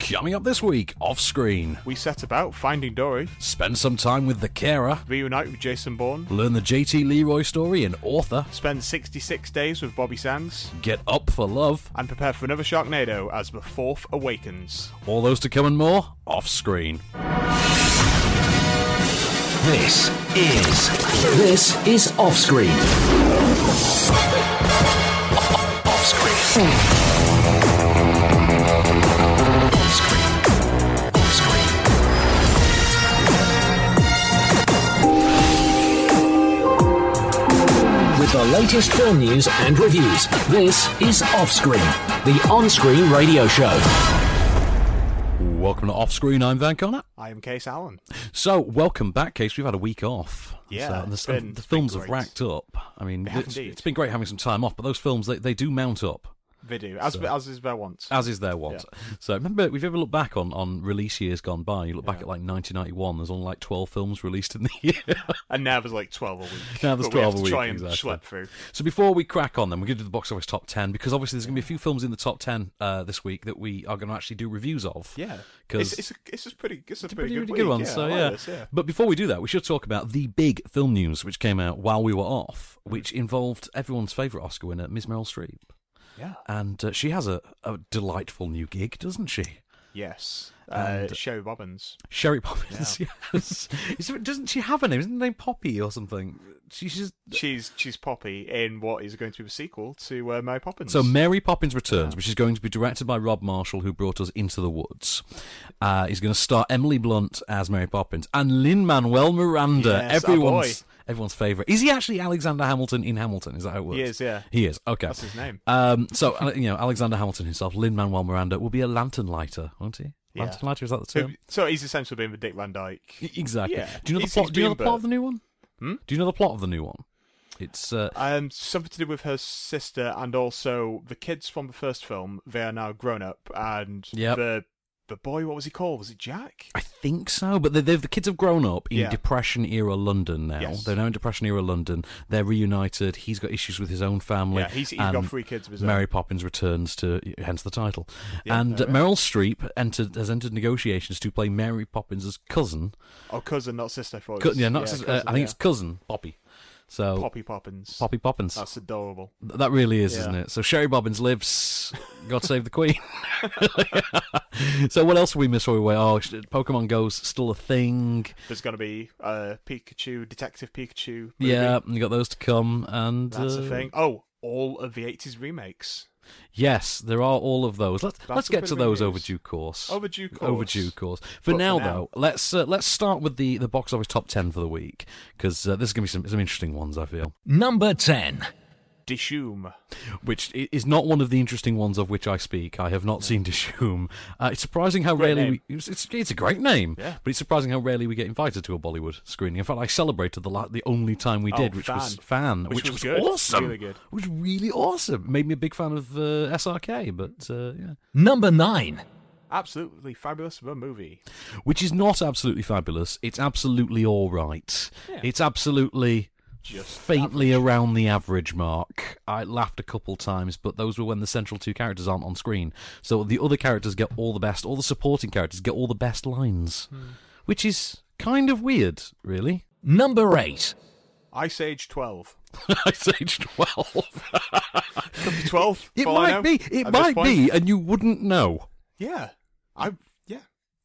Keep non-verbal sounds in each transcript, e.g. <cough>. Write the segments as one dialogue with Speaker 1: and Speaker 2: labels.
Speaker 1: Coming up this week, off screen,
Speaker 2: We set about finding Dory,
Speaker 1: spend some time with the carer,
Speaker 2: reunite with Jason Bourne,
Speaker 1: learn the JT Leroy story and author,
Speaker 2: spend 66 days with Bobby Sands,
Speaker 1: get up for love,
Speaker 2: and prepare for another Sharknado as the fourth awakens.
Speaker 1: all those to come and more, off screen.
Speaker 3: This is this is off screen. Off screen. Off screen. Off screen. With the latest film news and reviews, this is Off Screen, the on screen radio show.
Speaker 1: Welcome to Off Screen, I'm Van Connor.
Speaker 2: I am Case Allen.
Speaker 1: So, welcome back, Case. We've had a week off.
Speaker 2: Yeah,
Speaker 1: So, and the, um,
Speaker 2: it's been-
Speaker 1: the
Speaker 2: it's been
Speaker 1: films have
Speaker 2: great.
Speaker 1: racked up. I mean,
Speaker 2: They have
Speaker 1: it's,
Speaker 2: indeed.
Speaker 1: it's been great having some time off, but those films, they, they do mount up.
Speaker 2: Video, as, as is their wont.
Speaker 1: As is their want. So remember, if you ever look back on, on release years gone by, you look back at like 1991, there's only like 12 films released in the <laughs> year.
Speaker 2: And now there's like 12 a week.
Speaker 1: <laughs> Now there's
Speaker 2: but we have
Speaker 1: 12 a
Speaker 2: to
Speaker 1: week,
Speaker 2: try and
Speaker 1: exactly.
Speaker 2: schlep through.
Speaker 1: so before we crack on, then we're going to do the box office top 10 because obviously there's going to be a few films in the top 10 uh, this week that we are going to actually do reviews of.
Speaker 2: Yeah.
Speaker 1: Because
Speaker 2: It's, it's, a, it's a pretty, it's a
Speaker 1: It's a
Speaker 2: pretty,
Speaker 1: pretty, really
Speaker 2: week.
Speaker 1: good one.
Speaker 2: Yeah,
Speaker 1: so
Speaker 2: I like
Speaker 1: yeah.
Speaker 2: this, yeah.
Speaker 1: But before we do that, we should talk about the big film news which came out while we were off, which involved everyone's favourite Oscar winner, Ms. Meryl Streep,
Speaker 2: Yeah.
Speaker 1: and uh, she has a, a delightful new gig, doesn't she?
Speaker 2: Yes. Uh,
Speaker 1: And-
Speaker 2: Sherry Robbins.
Speaker 1: Sherry Poppins. <laughs> Yes. Is it- doesn't she have a name? Isn't her name Poppy or something? She's just.
Speaker 2: She's she's Poppy in what is going to be a sequel to uh, Mary Poppins.
Speaker 1: So Mary Poppins Returns, which is going to be directed by Rob Marshall, who brought us Into the Woods, uh, is going to star Emily Blunt as Mary Poppins and Lin Manuel Miranda,
Speaker 2: Yes, our
Speaker 1: everyone's everyone's favorite. Is he actually Alexander Hamilton in Hamilton? Is that how it works?
Speaker 2: He is, yeah.
Speaker 1: He is. Okay,
Speaker 2: That's his name.
Speaker 1: Um, so uh, you know, Alexander Hamilton himself, Lin Manuel Miranda, will be a lantern lighter, won't he?
Speaker 2: Yeah.
Speaker 1: Lantern lighter is that the
Speaker 2: So,
Speaker 1: term?
Speaker 2: so he's essentially being the Dick Van Dyke.
Speaker 1: E- exactly.
Speaker 2: Yeah.
Speaker 1: Do you know the
Speaker 2: He's- Hmm?
Speaker 1: plot?
Speaker 2: he's
Speaker 1: Do you know the
Speaker 2: Bloomberg.
Speaker 1: plot of the new one? Do you know the plot of the new one? It's uh,
Speaker 2: Um, something to do with her sister, and also the kids from the first film. They are now grown up, and
Speaker 1: Yep.
Speaker 2: the the boy, what was he called? Was it Jack?
Speaker 1: I think so, but they, they've, the kids have grown up in
Speaker 2: Yeah.
Speaker 1: Depression era London now.
Speaker 2: Yes.
Speaker 1: They're now in Depression era London. They're reunited. He's got issues with his own family.
Speaker 2: Yeah, he's- he's got
Speaker 1: and
Speaker 2: three kids of his own.
Speaker 1: Mary Poppins returns to, hence the title.
Speaker 2: Yeah, uh,
Speaker 1: and
Speaker 2: there we
Speaker 1: Meryl Streep entered, has entered negotiations to play Mary Poppins' cousin.
Speaker 2: Oh, cousin, not sister. I thought. it
Speaker 1: Cou-
Speaker 2: was.
Speaker 1: yeah, not sis- uh,
Speaker 2: cousin,
Speaker 1: I think
Speaker 2: yeah.
Speaker 1: it's cousin Poppy. So Poppy,
Speaker 2: Poppy Poppins.
Speaker 1: Poppins.
Speaker 2: That's adorable.
Speaker 1: that really is,
Speaker 2: Yeah.
Speaker 1: isn't it? So Sherry Bobbins lives. God save the Queen. <laughs> so what else we miss while we wait? Oh, sh- Pokemon Go's still a thing.
Speaker 2: There's going to be uh, Pikachu, Detective Pikachu. Movie.
Speaker 1: Yeah, and you got those to come, and
Speaker 2: that's
Speaker 1: uh,
Speaker 2: the thing. Oh, all of the '80s remakes.
Speaker 1: Yes, there are all of those. Let's let's
Speaker 2: a
Speaker 1: get
Speaker 2: bit
Speaker 1: to
Speaker 2: of a
Speaker 1: those
Speaker 2: news.
Speaker 1: over due course.
Speaker 2: Over due course.
Speaker 1: Over due course. For
Speaker 2: But
Speaker 1: now,
Speaker 2: for now-
Speaker 1: though, let's uh, let's start with the, the box office top ten for the week because uh, there's going to be some some interesting ones. I feel,
Speaker 3: Number 10.
Speaker 2: Dishoom.
Speaker 1: which i- is not one of the interesting ones of which I speak. I have not seen <laughs> Dishoom. Uh, it's surprising how
Speaker 2: Great
Speaker 1: rarely
Speaker 2: name.
Speaker 1: we, it's, it's it's a great name,
Speaker 2: Yeah.
Speaker 1: but it's surprising how rarely we get invited to a Bollywood screening. In fact, I celebrated the la- the only time we
Speaker 2: Oh,
Speaker 1: did, which was fan,
Speaker 2: Fan. Which
Speaker 1: which,
Speaker 2: was
Speaker 1: was,
Speaker 2: good.
Speaker 1: awesome.
Speaker 2: Really good.
Speaker 1: It was really awesome. Made me a big fan of uh, SRK, but uh, yeah.
Speaker 3: Number 9.
Speaker 2: Absolutely fabulous of a movie.
Speaker 1: which is not absolutely fabulous. It's absolutely all right.
Speaker 2: Yeah.
Speaker 1: It's absolutely
Speaker 2: Just
Speaker 1: faintly around the average mark. I laughed a couple times, but those were when the central two characters aren't on screen. So the other characters get all the best, all the supporting characters get all the best lines,
Speaker 2: Hmm.
Speaker 1: which is kind of weird, really. <laughs>
Speaker 3: Number 8.
Speaker 2: Ice Age 12.
Speaker 1: <laughs> Ice Age
Speaker 2: <laughs>
Speaker 1: 12.
Speaker 2: Could be 12.
Speaker 1: <laughs> It
Speaker 2: for all I know,
Speaker 1: might be. It
Speaker 2: at this
Speaker 1: might
Speaker 2: point.
Speaker 1: be, and you wouldn't know.
Speaker 2: Yeah. I. Yeah.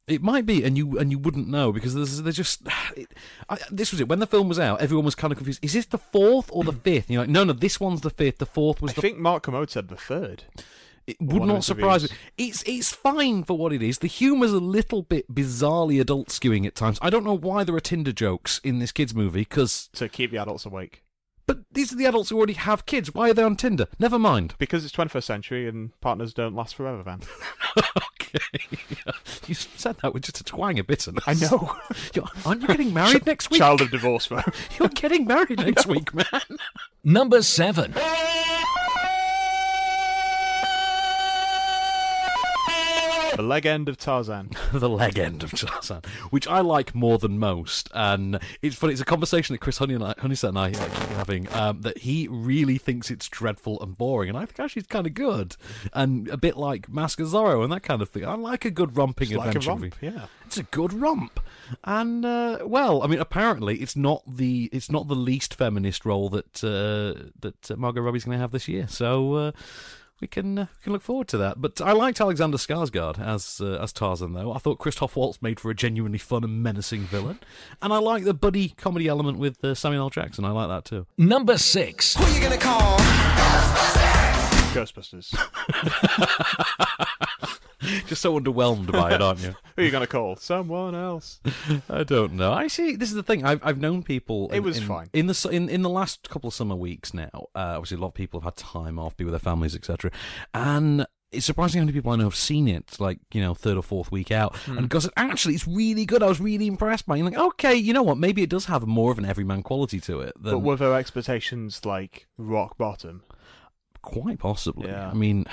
Speaker 1: It might be, and you and you wouldn't know because there's there's just <sighs> it, I, this was it when the film was out. Everyone was kind of confused. Is this the fourth
Speaker 2: <clears throat>
Speaker 1: or the fifth? And you're like, no, no, this one's the fifth. The fourth was
Speaker 2: I
Speaker 1: the.
Speaker 2: think Mark Kermode said the third.
Speaker 1: it would
Speaker 2: one of
Speaker 1: not
Speaker 2: his
Speaker 1: surprise me.
Speaker 2: reviews.
Speaker 1: It's it's fine for what it is. The humour's a little bit bizarrely adult skewing at times. I don't know why there are Tinder jokes in this kids movie because
Speaker 2: To keep the adults awake.
Speaker 1: but these are the adults who already have kids. Why are they on Tinder? Never mind. <laughs>
Speaker 2: Because it's 21st century and partners don't last forever, Van.
Speaker 1: okay, <laughs> you said that with just a twang of bitterness.
Speaker 2: I know.
Speaker 1: <laughs> You're- Aren't you getting married next week?
Speaker 2: Child of
Speaker 1: <laughs>
Speaker 2: divorce, bro.
Speaker 1: You're getting married next week, man.
Speaker 3: Number 7.
Speaker 2: The leg end of
Speaker 1: <laughs>
Speaker 2: Tarzan.
Speaker 1: the leg end of Tarzan, which I like more than most. And it's funny, it's a conversation that Chris Honey and I, Honeysett and I uh, keep having um, that he really thinks it's dreadful and boring. And I think actually it's kind of good. And a bit like Mask of Zorro and that kind of thing. I like a good romping
Speaker 2: Like a
Speaker 1: adventure movie.
Speaker 2: romp, yeah.
Speaker 1: It's a good romp, and uh, well, I mean, apparently it's not the it's not the least feminist role that uh, that uh, Margot Robbie's going to have this year. So uh, we can uh, we can look forward to that. But I liked Alexander Skarsgård as uh, as Tarzan, though. I thought Christoph Waltz made for a genuinely fun and menacing villain, and I like the buddy comedy element with uh, Samuel L. Jackson. I like that <laughs> too.
Speaker 3: Number six.
Speaker 4: Who you gonna call?
Speaker 2: Ghostbusters.
Speaker 1: Just so underwhelmed by it, aren't you?
Speaker 2: Who are you going to call? Someone else.
Speaker 1: Um, I don't know. I see. This is the thing. I've I've known people. In,
Speaker 2: It was
Speaker 1: in,
Speaker 2: fine.
Speaker 1: in the su- in, in the last couple of summer weeks now. Uh, obviously, a lot of people have had time off, be with their families, etc. And it's surprising how many people I know have seen it, like you know, third or fourth week out,
Speaker 2: Hmm.
Speaker 1: and goes, actually, it's really good. I was really impressed by. it. And like, okay, you know what? Maybe it does have more of an everyman quality to it
Speaker 2: But
Speaker 1: than
Speaker 2: were their expectations like rock bottom?
Speaker 1: quite possibly.
Speaker 2: Yeah.
Speaker 1: I mean,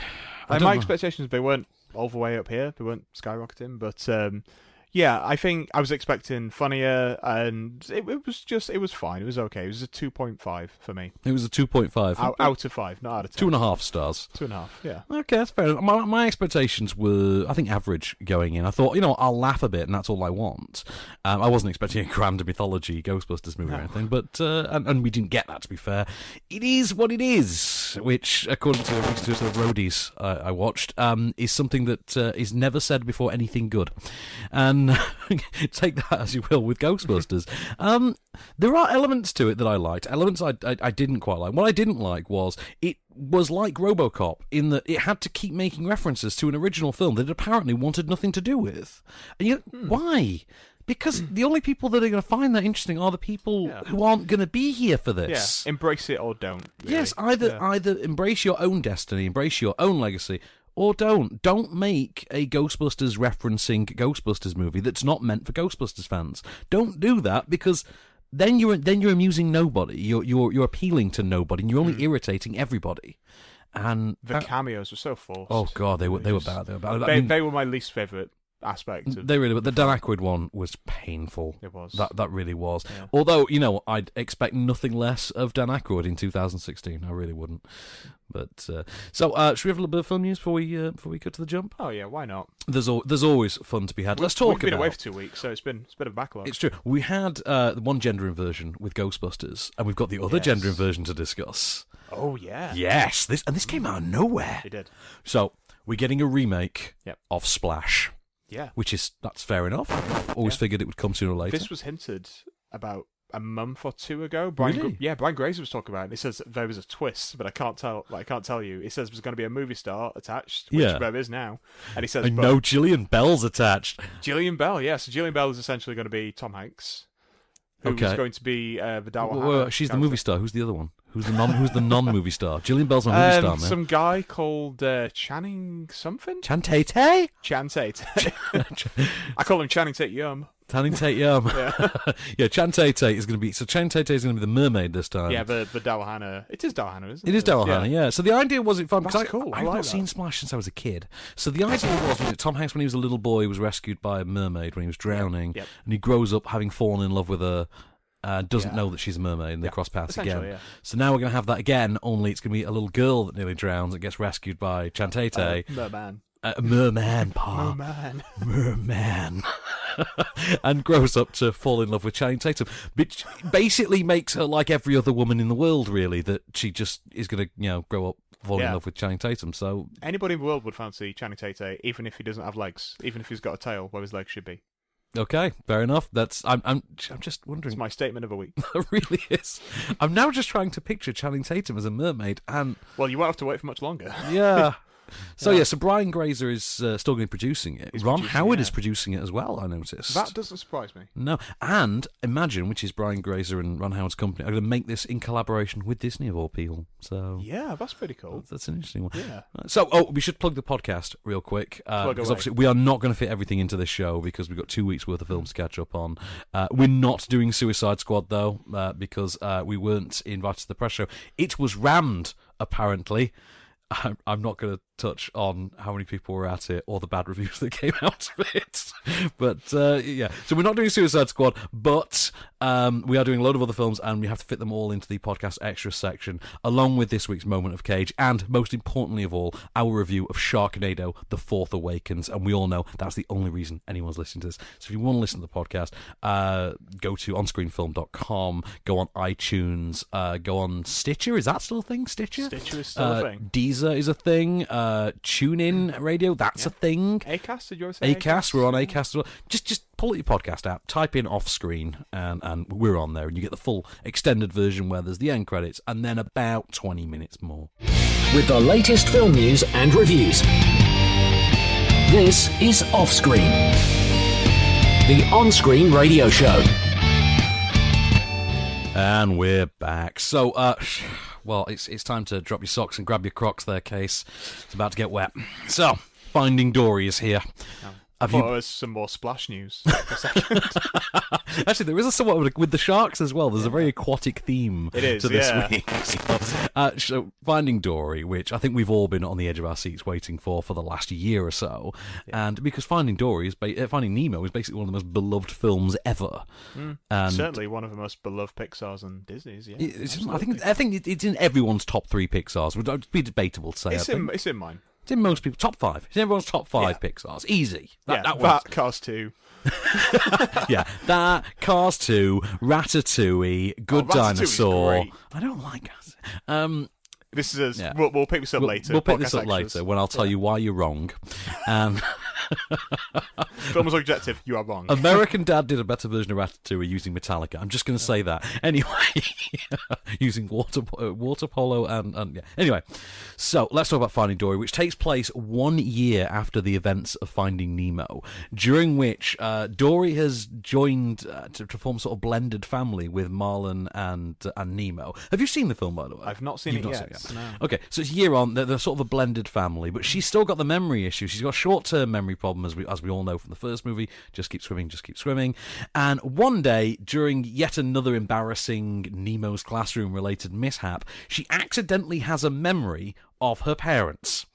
Speaker 1: I
Speaker 2: Like,
Speaker 1: don't
Speaker 2: my
Speaker 1: know.
Speaker 2: expectations, they weren't all the way up here. They weren't skyrocketing. But um, yeah, I think I was expecting funnier, and it, it was just it was fine. It was okay. It was a two point five for me.
Speaker 1: it was a two point five,
Speaker 2: Out, out of five, not out of ten.
Speaker 1: two and a half stars.
Speaker 2: Two and a half. Yeah.
Speaker 1: Okay, that's fair. enough. My, my expectations were, I think, average going in. I thought, you know, I'll laugh a bit, and that's all I want. Um, I wasn't expecting a grand mythology Ghostbusters movie or anything, but uh, and, and we didn't get that. To be fair, it is what it is, which, according to according to the roadies uh, I watched, um, is something that uh, is never said before anything good. And <laughs> take that as you will with Ghostbusters. um, there are elements to it that I liked, elements I, I I didn't quite like. What I didn't like was it was like RoboCop in that it had to keep making references to an original film that it apparently wanted nothing to do with. And you, why? Because the only people that are going to find that interesting are the people who aren't going to be here for
Speaker 2: Yeah.
Speaker 1: this.
Speaker 2: Embrace it or don't. really.
Speaker 1: Yes, either
Speaker 2: Yeah.
Speaker 1: either embrace your own destiny, embrace your own legacy, or don't. Don't make a Ghostbusters referencing Ghostbusters movie that's not meant for Ghostbusters fans. Don't do that because then you're then you're amusing nobody. You're you're you're appealing to nobody, and you're only irritating everybody. And
Speaker 2: Hmm. The cameos were so forced.
Speaker 1: uh, oh god, they were they were
Speaker 2: just-
Speaker 1: bad. They were bad. I
Speaker 2: They,
Speaker 1: mean,
Speaker 2: they were my least favorite aspect. Of,
Speaker 1: they really were. The Dan Aykroyd one was painful.
Speaker 2: It was.
Speaker 1: That that really was. Although you know, I'd expect nothing less of Dan Aykroyd in 2016. I really wouldn't. But uh, so, uh, should we have a little bit of film news before we uh, before we cut to the jump?
Speaker 2: oh yeah, why not?
Speaker 1: There's al- there's always fun to be had. Let's talk
Speaker 2: We've been
Speaker 1: about.
Speaker 2: away for two weeks, so it's been it's been a backlog.
Speaker 1: it's true. We had uh, the one gender inversion with Ghostbusters, and we've got the other
Speaker 2: Yes.
Speaker 1: gender inversion to discuss.
Speaker 2: oh yeah,
Speaker 1: Yes, this and this came out of nowhere.
Speaker 2: it did.
Speaker 1: So we're getting a remake
Speaker 2: Yep.
Speaker 1: of Splash,
Speaker 2: Yeah,
Speaker 1: which is that's fair enough. I've always figured it would come sooner or later.
Speaker 2: this was hinted about a month or two ago. Brian,
Speaker 1: Really?
Speaker 2: yeah, Brian Grazer was talking about. it. He says that there was a twist, but I can't tell. Like, I can't tell you. He says there's going to be a movie star attached, which
Speaker 1: Yeah.
Speaker 2: there is now. And he says,
Speaker 1: And
Speaker 2: but
Speaker 1: no Gillian Bell's attached.
Speaker 2: Gillian Bell. Yeah, so Gillian Bell is essentially going to be Tom Hanks, who's
Speaker 1: Okay.
Speaker 2: going to be uh, the Dawa
Speaker 1: Wait, wait, wait, she's the movie star. Who's the other one? Who's the non? Who's the non-movie star? Gillian Bell's a movie
Speaker 2: Um,
Speaker 1: star, man.
Speaker 2: some guy called uh, Channing something.
Speaker 1: Channing Tatum.
Speaker 2: Chan Tate. <laughs> I call him Channing Tate Yum.
Speaker 1: <laughs> Channing Tatum. Yeah, <laughs> yeah Channing Tatum is going to be. So Channing Tatum is going to be the mermaid this time.
Speaker 2: yeah, the the Dawahana. It is Dawahana, isn't it?
Speaker 1: It is Daryl Hannah, yeah. So the idea was it fun because
Speaker 2: That's
Speaker 1: I,
Speaker 2: cool, I
Speaker 1: I've
Speaker 2: like
Speaker 1: not
Speaker 2: that.
Speaker 1: seen Splash since I was a kid. So the idea was, was it Tom Hanks when he was a little boy was rescued by a mermaid when he was drowning,
Speaker 2: Yep.
Speaker 1: and he grows up having fallen in love with her, uh, doesn't
Speaker 2: Yeah.
Speaker 1: know that she's a mermaid, and they cross paths again.
Speaker 2: Essentially, yeah.
Speaker 1: So now we're going to have that again. Only it's going to be a little girl that nearly drowns that gets rescued by Chantate,
Speaker 2: No Oh, man.
Speaker 1: a merman, pa,
Speaker 2: Oh man.
Speaker 1: <laughs> merman, and grows up to fall in love with Channing Tatum, which basically makes her like every other woman in the world, really. That she just is going to, you know, grow up fall in
Speaker 2: Yeah.
Speaker 1: love with Channing Tatum. So
Speaker 2: Anybody in the world would fancy Channing Tate, even if he doesn't have legs, even if he's got a tail where his legs should be.
Speaker 1: okay, fair enough. That's I'm I'm I'm just wondering.
Speaker 2: It's my statement of the week.
Speaker 1: That <laughs> really is. I'm now just trying to picture Channing Tatum as a mermaid, and
Speaker 2: Well, you won't have to wait for
Speaker 1: <laughs>
Speaker 2: much longer. <laughs>
Speaker 1: yeah. So yeah, so Brian Grazer is uh, still going to be producing it.
Speaker 2: He's
Speaker 1: Ron
Speaker 2: producing,
Speaker 1: Howard
Speaker 2: yeah.
Speaker 1: is producing it as well. I noticed
Speaker 2: That doesn't surprise me.
Speaker 1: No, and Imagine, which is Brian Grazer and Ron Howard's company, are going to make this in collaboration with Disney of all people. So
Speaker 2: Yeah, that's
Speaker 1: <laughs>
Speaker 2: pretty cool.
Speaker 1: that's an interesting one.
Speaker 2: Yeah.
Speaker 1: So, oh, we should plug the podcast real quick uh,
Speaker 2: Plug
Speaker 1: because
Speaker 2: away.
Speaker 1: obviously we are not going to fit everything into this show because we've got two weeks worth of films to catch up on. Uh, we're not doing Suicide Squad though uh, because uh, we weren't invited to the press show. It was rammed apparently. I'm, I'm not going to touch on how many people were at it or the bad <laughs> reviews that came out of it. But uh, yeah, so we're not doing Suicide Squad, but um, we are doing a load of other films, and we have to fit them all into the podcast extra section, along with this week's moment of Cage, and most importantly of all, our review of Sharknado: The Fourth Awakens. And we all know that's the only reason anyone's listening to this. So if you want to listen to the podcast, uh, go to onscreenfilm.com, go on iTunes, uh, go on Stitcher. Is that still a thing? Stitcher.
Speaker 2: Stitcher is still a
Speaker 1: Uh,
Speaker 2: thing.
Speaker 1: Deezer is a thing. Uh, TuneIn radio, that's a thing.
Speaker 2: Acast, did you always say
Speaker 1: Acast, we're on Acast as well. Just just pull up your podcast app, type in off screen, and, and we're on there, and you get the full extended version where there's the end credits and then about 20 minutes more.
Speaker 3: with the latest film news and reviews. This is Offscreen, the on screen radio show.
Speaker 1: And we're back. So, uh, <sighs> well, it's it's time to drop your socks and grab your Crocs. There, case it's about to get wet. So, Finding Dory is here. Have you
Speaker 2: Well, there's some more splash
Speaker 1: <laughs>
Speaker 2: news. for a second.
Speaker 1: Actually, there is a somewhat of a- with the sharks as well. There's a very aquatic theme
Speaker 2: It is,
Speaker 1: to this
Speaker 2: yeah.
Speaker 1: week. <laughs> So, uh, so Finding Dory, which I think we've all been on the edge of our seats waiting for for the last year or so, and because Finding Dory is ba- uh, Finding Nemo is basically one of the most beloved films ever, and
Speaker 2: Certainly one of the most beloved Pixar's and Disney's. Yeah,
Speaker 1: it- it's- I
Speaker 2: absolutely.
Speaker 1: think I think it- it's in everyone's top three Pixar's. Would would be debatable to say.
Speaker 2: it's
Speaker 1: I think.
Speaker 2: in it's in mine.
Speaker 1: It's in most people top five. It's in everyone's top five Pixar's. Easy. That,
Speaker 2: yeah,
Speaker 1: that one's-
Speaker 2: that Cars Two. <laughs>
Speaker 1: yeah, that Cars Two, Ratatouille, Good
Speaker 2: Oh, Ratatouille's
Speaker 1: Dinosaur.
Speaker 2: great.
Speaker 1: I don't like us. Um,
Speaker 2: This is a,
Speaker 1: Yeah.
Speaker 2: we'll, we'll pick this up
Speaker 1: we'll,
Speaker 2: later.
Speaker 1: we'll pick
Speaker 2: podcast
Speaker 1: this up
Speaker 2: extras.
Speaker 1: later when I'll tell you why you're wrong. Um, <laughs>
Speaker 2: Film is objective. You are wrong.
Speaker 1: American Dad did a better version of Ratatouille using Metallica. I'm just going to say that anyway, <laughs> using water po- uh, water polo and, and yeah. Anyway, so let's talk about Finding Dory, which takes place one year after the events of Finding Nemo, during which uh, Dory has joined uh, to, to form sort of blended family with Marlin and and Nemo. Have you seen the film by the way?
Speaker 2: I've not seen
Speaker 1: You've
Speaker 2: it
Speaker 1: not
Speaker 2: yet,
Speaker 1: seen it yet. Okay, so it's a year on. They're, they're sort of a blended family, but she's still got the memory issue. She's got a short-term memory problem, as we as we all know from the first movie. Just keep swimming, just keep swimming. And one day, during yet another embarrassing Nemo's classroom-related mishap, she accidentally has a memory of her parents.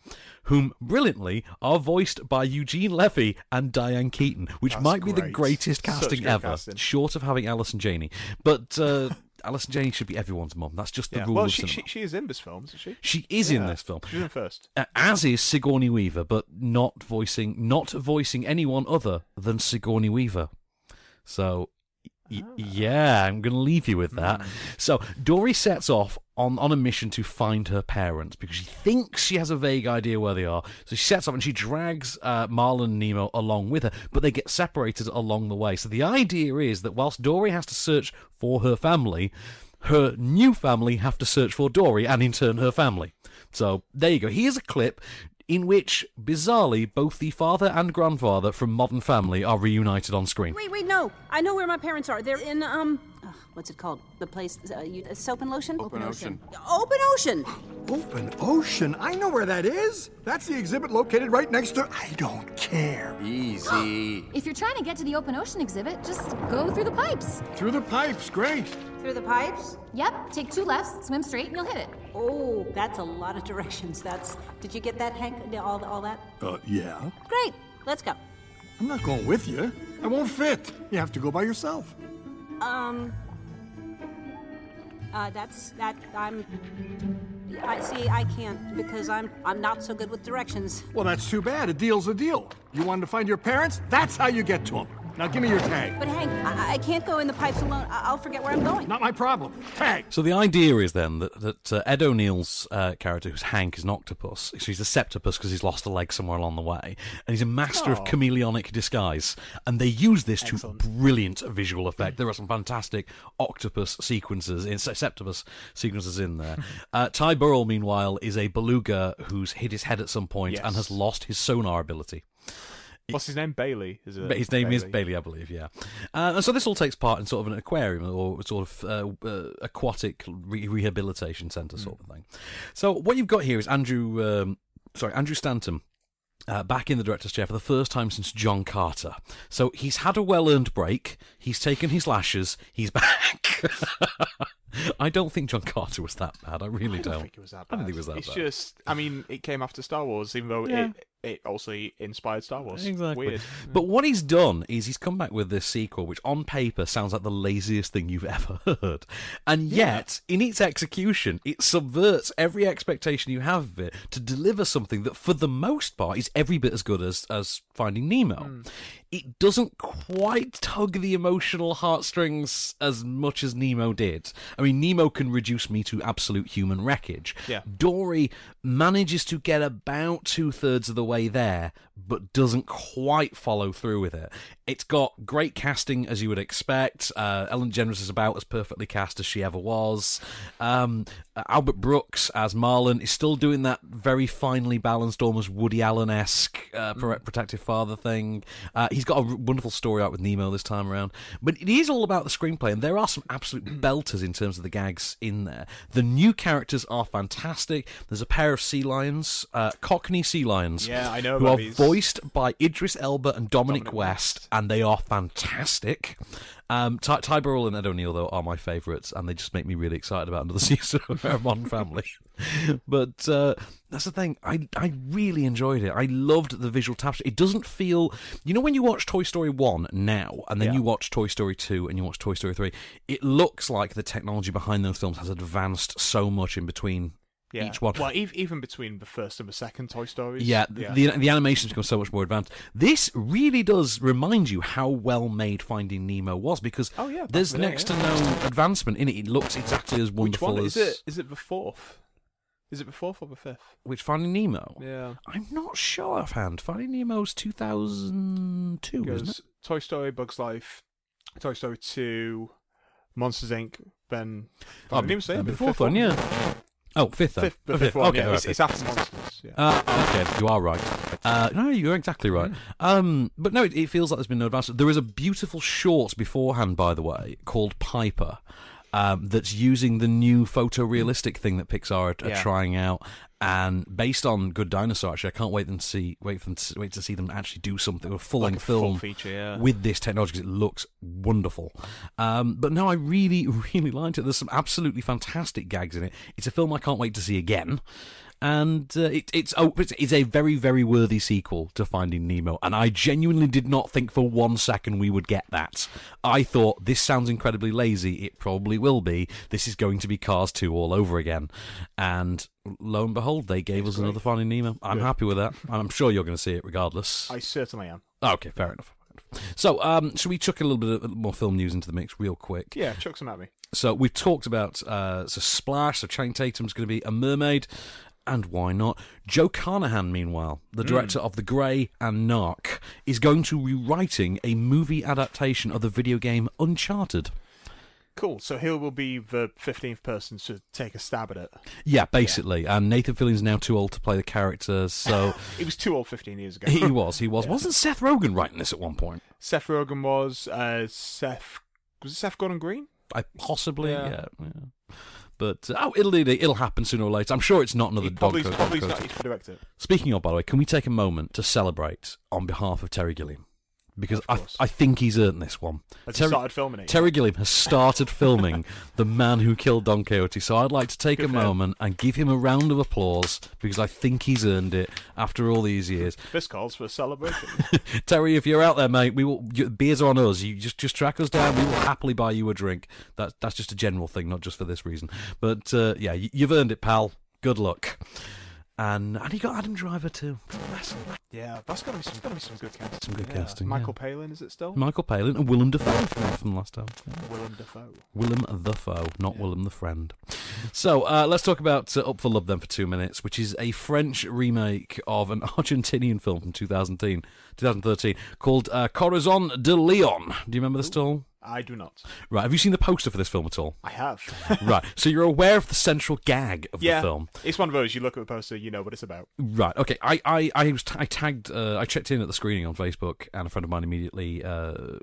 Speaker 1: Whom brilliantly are voiced by Eugene Levy and Diane Keaton, which
Speaker 2: That's
Speaker 1: might be the
Speaker 2: great.
Speaker 1: greatest
Speaker 2: <laughs> Such
Speaker 1: casting
Speaker 2: good
Speaker 1: ever,
Speaker 2: casting.
Speaker 1: short of having Alice and Janie. But uh, <laughs> Alice and Janie should be everyone's mum. That's just the
Speaker 2: Yeah.
Speaker 1: rule
Speaker 2: Well,
Speaker 1: of
Speaker 2: she,
Speaker 1: cinema.
Speaker 2: she she is in this film, isn't she?
Speaker 1: She is in this film,
Speaker 2: She's in first.
Speaker 1: uh, as is Sigourney Weaver, but not voicing not voicing anyone other than Sigourney Weaver. So. y- Yeah, I'm going to leave you with that. So Dory sets off on, on a mission to find her parents because she thinks she has a vague idea where they are. So she sets off and she drags uh, Marlin and Nemo along with her, but they get separated along the way. So the idea is that whilst Dory has to search for her family, her new family have to search for Dory and in turn her family. So there you go. Here's a clip in which, bizarrely, both the father and grandfather from Modern Family are reunited on screen.
Speaker 4: Wait, wait, no. I know where my parents are. They're in, um, ugh, what's it called? The place, uh, you, uh, soap and lotion? Open ocean. Open ocean!
Speaker 5: Open ocean? I know where that is. That's the exhibit located right next to. I don't care.
Speaker 6: Easy.
Speaker 7: If you're trying to get to the open ocean exhibit, just go through the pipes.
Speaker 5: Through the pipes, great.
Speaker 4: Through the pipes?
Speaker 7: Yep, take two lefts, swim straight, and you'll hit it.
Speaker 4: Oh, that's a lot of directions. That's, did you get that, Hank? All, all that?
Speaker 5: Uh, yeah.
Speaker 4: Great, let's go.
Speaker 5: I'm not going with you. I won't fit. You have to go by yourself.
Speaker 4: Um, uh, that's, that, I'm, I see, I can't because I'm, I'm not so good with directions.
Speaker 5: Well, that's too bad. A deal's a deal. You wanted to find your parents? That's how you get to them. Now give me your tag.
Speaker 4: But Hank, I, I can't go in the pipes alone. I, I'll forget where I'm going.
Speaker 5: Not my problem. Tag.
Speaker 1: So the idea is then that, that uh, Ed O'Neill's uh, character, who's Hank, is an octopus. So he's a septopus because he's lost a leg somewhere along the way. And he's a master of chameleonic disguise. And they use this to brilliant visual effect. There are some fantastic octopus sequences, in, se- septopus sequences in there. uh, Ty Burrell, meanwhile, is a beluga who's hit his head at some point and
Speaker 2: Yes.
Speaker 1: has lost his sonar ability.
Speaker 2: What's his name? Bailey. Is it?
Speaker 1: But his name is Bailey, I believe. Yeah, uh, and so this all takes part in sort of an aquarium or sort of uh, uh, aquatic re- rehabilitation centre sort of thing. So what you've got here is Andrew, um, sorry, Andrew Stanton. Uh, back in the director's chair for the first time since John Carter. So he's <laughs> had a well earned break. He's taken his lashes. He's back. I don't think John Carter was that bad. I really
Speaker 2: I
Speaker 1: don't.
Speaker 2: don't think it was that
Speaker 1: I
Speaker 2: bad.
Speaker 1: don't think it was that
Speaker 2: it's
Speaker 1: bad.
Speaker 2: just, I mean, it came after Star Wars, even though
Speaker 1: Yeah.
Speaker 2: it, it also inspired Star <laughs> Wars.
Speaker 1: Exactly.
Speaker 2: Weird.
Speaker 1: But what he's done is he's come back with this sequel, which on paper sounds like the laziest thing you've <laughs> ever heard. And yet, in its execution, it subverts every expectation you have of it to deliver something that, for the most part, is every bit as good as, as Finding Nemo. It doesn't quite tug the emotional heartstrings as much as Nemo did. I mean, Nemo can reduce me to absolute human wreckage.
Speaker 2: Yeah.
Speaker 1: Dory manages to get about two thirds of the way there, but doesn't quite follow through with it. It's got great casting, as you would expect. Uh, Ellen DeGeneres is about as perfectly cast as she ever was. Um, Albert Brooks as Marlon is still doing that very finely balanced, almost Woody Allen esque
Speaker 2: Mm.
Speaker 1: uh, pro- protective father thing. Uh, he's got a r- wonderful story out with Nemo this time around. But it is all about the screenplay, and there are some
Speaker 2: Mm.
Speaker 1: absolute belters in terms of the gags in there. The new characters are fantastic. There's a pair of sea lions, uh, Cockney sea lions.
Speaker 2: Yeah, I know
Speaker 1: Who
Speaker 2: about
Speaker 1: are
Speaker 2: these.
Speaker 1: voiced by Idris Elba and Dominic, West,
Speaker 2: West.
Speaker 1: and they are fantastic. Um, Ty, Ty Burrell and Ed O'Neill, though, are my favourites, and they just make me really excited about another <laughs> season of Aramon Family. but uh, that's the thing. I, I really enjoyed it. I loved the visual tapestry. It doesn't feel. You know, when you watch Toy Story 1 now, and then
Speaker 2: Yeah.
Speaker 1: you watch Toy Story 2 and you watch Toy Story 3, it looks like the technology behind those films has advanced so much in between
Speaker 2: Yeah.
Speaker 1: each one.
Speaker 2: Well, ev- even between the first and the second Toy Stories.
Speaker 1: Yeah, the the animations become so much more advanced. This really does remind you how well made Finding Nemo was because
Speaker 2: Oh, yeah, back
Speaker 1: there's
Speaker 2: in the day,
Speaker 1: next
Speaker 2: yeah.
Speaker 1: to no advancement in it. It looks exactly as
Speaker 2: Which
Speaker 1: wonderful
Speaker 2: one
Speaker 1: as
Speaker 2: is it? Is it the fourth? Is it the fourth or the fifth?
Speaker 1: which Finding Nemo.
Speaker 2: Yeah.
Speaker 1: I'm not sure offhand. Finding Nemo's 2002, isn't it?
Speaker 2: Goes Toy Story, Bugs Life, Toy Story Two, Monsters Inc. Then
Speaker 1: Oh,
Speaker 2: I didn't even say
Speaker 1: uh,
Speaker 2: it,
Speaker 1: the
Speaker 2: the
Speaker 1: fourth one, yeah. Oh, fifth then.
Speaker 2: Fifth, the
Speaker 1: Oh,
Speaker 2: fifth one.
Speaker 1: Okay,
Speaker 2: yeah,
Speaker 1: all right,
Speaker 2: it's,
Speaker 1: fifth.
Speaker 2: it's after Monsters. Yeah.
Speaker 1: Uh, okay, you are right. Uh, no, you're exactly right. Um, but no, it, it feels like there's been no advancement. There is a beautiful short beforehand, by the way, called Piper, um, that's using the new photorealistic thing that Pixar are, are
Speaker 2: Yeah.
Speaker 1: trying out, and based on Good Dinosaur. Actually, I can't wait and see wait for them to, wait to see them actually do something a full
Speaker 2: Like
Speaker 1: length
Speaker 2: a full
Speaker 1: film
Speaker 2: feature, yeah.
Speaker 1: with this technology because it looks wonderful. Um, but no, I really, <laughs> really liked it. There's some absolutely fantastic gags in it. It's a film I can't wait to see again. And uh, it, it's oh, it's, it's a very, very worthy sequel to Finding Nemo. And I genuinely did not think for one second we would get that. I thought this sounds incredibly lazy. It probably will be. This is going to be Cars 2 all over again. And lo and behold, they gave us another Finding Nemo. I'm happy with that. I'm sure you're going to see it regardless.
Speaker 2: I certainly am.
Speaker 1: Okay, fair enough. So, um, should we chuck a little bit of more film news into the mix real quick?
Speaker 2: Yeah, chuck some at me.
Speaker 1: So we've talked about uh, so Splash, so Channing Tatum's going to be a mermaid, and why not? Joe Carnahan, meanwhile, the director
Speaker 2: Hmm.
Speaker 1: of The Grey and Narc, is going to be writing a movie adaptation of the video game Uncharted.
Speaker 2: Cool. So he will be the fifteenth person to take a stab at it.
Speaker 1: Yeah, basically. And Nathan Fillion's now too old to play the character,
Speaker 2: <laughs>
Speaker 1: so
Speaker 2: He was too old fifteen years ago.
Speaker 1: <laughs> he was, he was. Wasn't Seth Rogen writing this at one point?
Speaker 2: Seth Rogen was uh, Seth. Was it Seth Gordon Green?
Speaker 1: I possibly,
Speaker 2: Yeah.
Speaker 1: yeah. yeah. But uh, oh, it'll it'll happen sooner or later. I'm sure it's not another
Speaker 2: He probably,
Speaker 1: dog.
Speaker 2: probably not. He's the director.
Speaker 1: Speaking of, by the way, can we take a moment to celebrate on behalf of Terry Gilliam? Because
Speaker 2: Of
Speaker 1: I,
Speaker 2: course.
Speaker 1: I think he's earned this one.
Speaker 2: Has he
Speaker 1: Terry,
Speaker 2: started filming it?
Speaker 1: Terry Gilliam has started filming <laughs> The Man Who Killed Don Quixote, so I'd like to take
Speaker 2: Good
Speaker 1: a
Speaker 2: for him.
Speaker 1: moment and give him a round of applause because I think he's earned it after all these
Speaker 2: <laughs>
Speaker 1: years.
Speaker 2: This calls for
Speaker 1: <laughs>
Speaker 2: a celebration.
Speaker 1: Terry, if you're out there, mate, we will. Your beers are on us. You just just track us down. We will happily buy you a drink. That that's just a general thing, not just for this reason. But uh, yeah, you, you've earned it, pal. Good luck. And and he got Adam Driver too. That's
Speaker 2: yeah, that's gotta be some, gotta be some good casting.
Speaker 1: Some good
Speaker 2: Yeah.
Speaker 1: casting,
Speaker 2: Michael
Speaker 1: yeah.
Speaker 2: Palin, is it still?
Speaker 1: Michael Palin and Willem Dafoe from, from last time.
Speaker 2: Willem Dafoe.
Speaker 1: Willem the foe, not Willem the friend. So uh, let's talk about uh, Up for Love then for two minutes, which is a French remake of an <laughs> Argentinian film from 2010, 2013 called uh, Corazon de Leon. Do you remember this at all?
Speaker 2: I do not.
Speaker 1: Right. Have you seen the poster for this film at all? <laughs>
Speaker 2: I have.
Speaker 1: right. So you're aware of the central gag of
Speaker 2: <laughs> yeah,
Speaker 1: the film.
Speaker 2: it's one of those. You look at the poster, you know what it's about.
Speaker 1: Right. Okay. I I I, was t- I tagged. Uh, I checked in at the screening on Facebook, and a friend of mine immediately. Uh,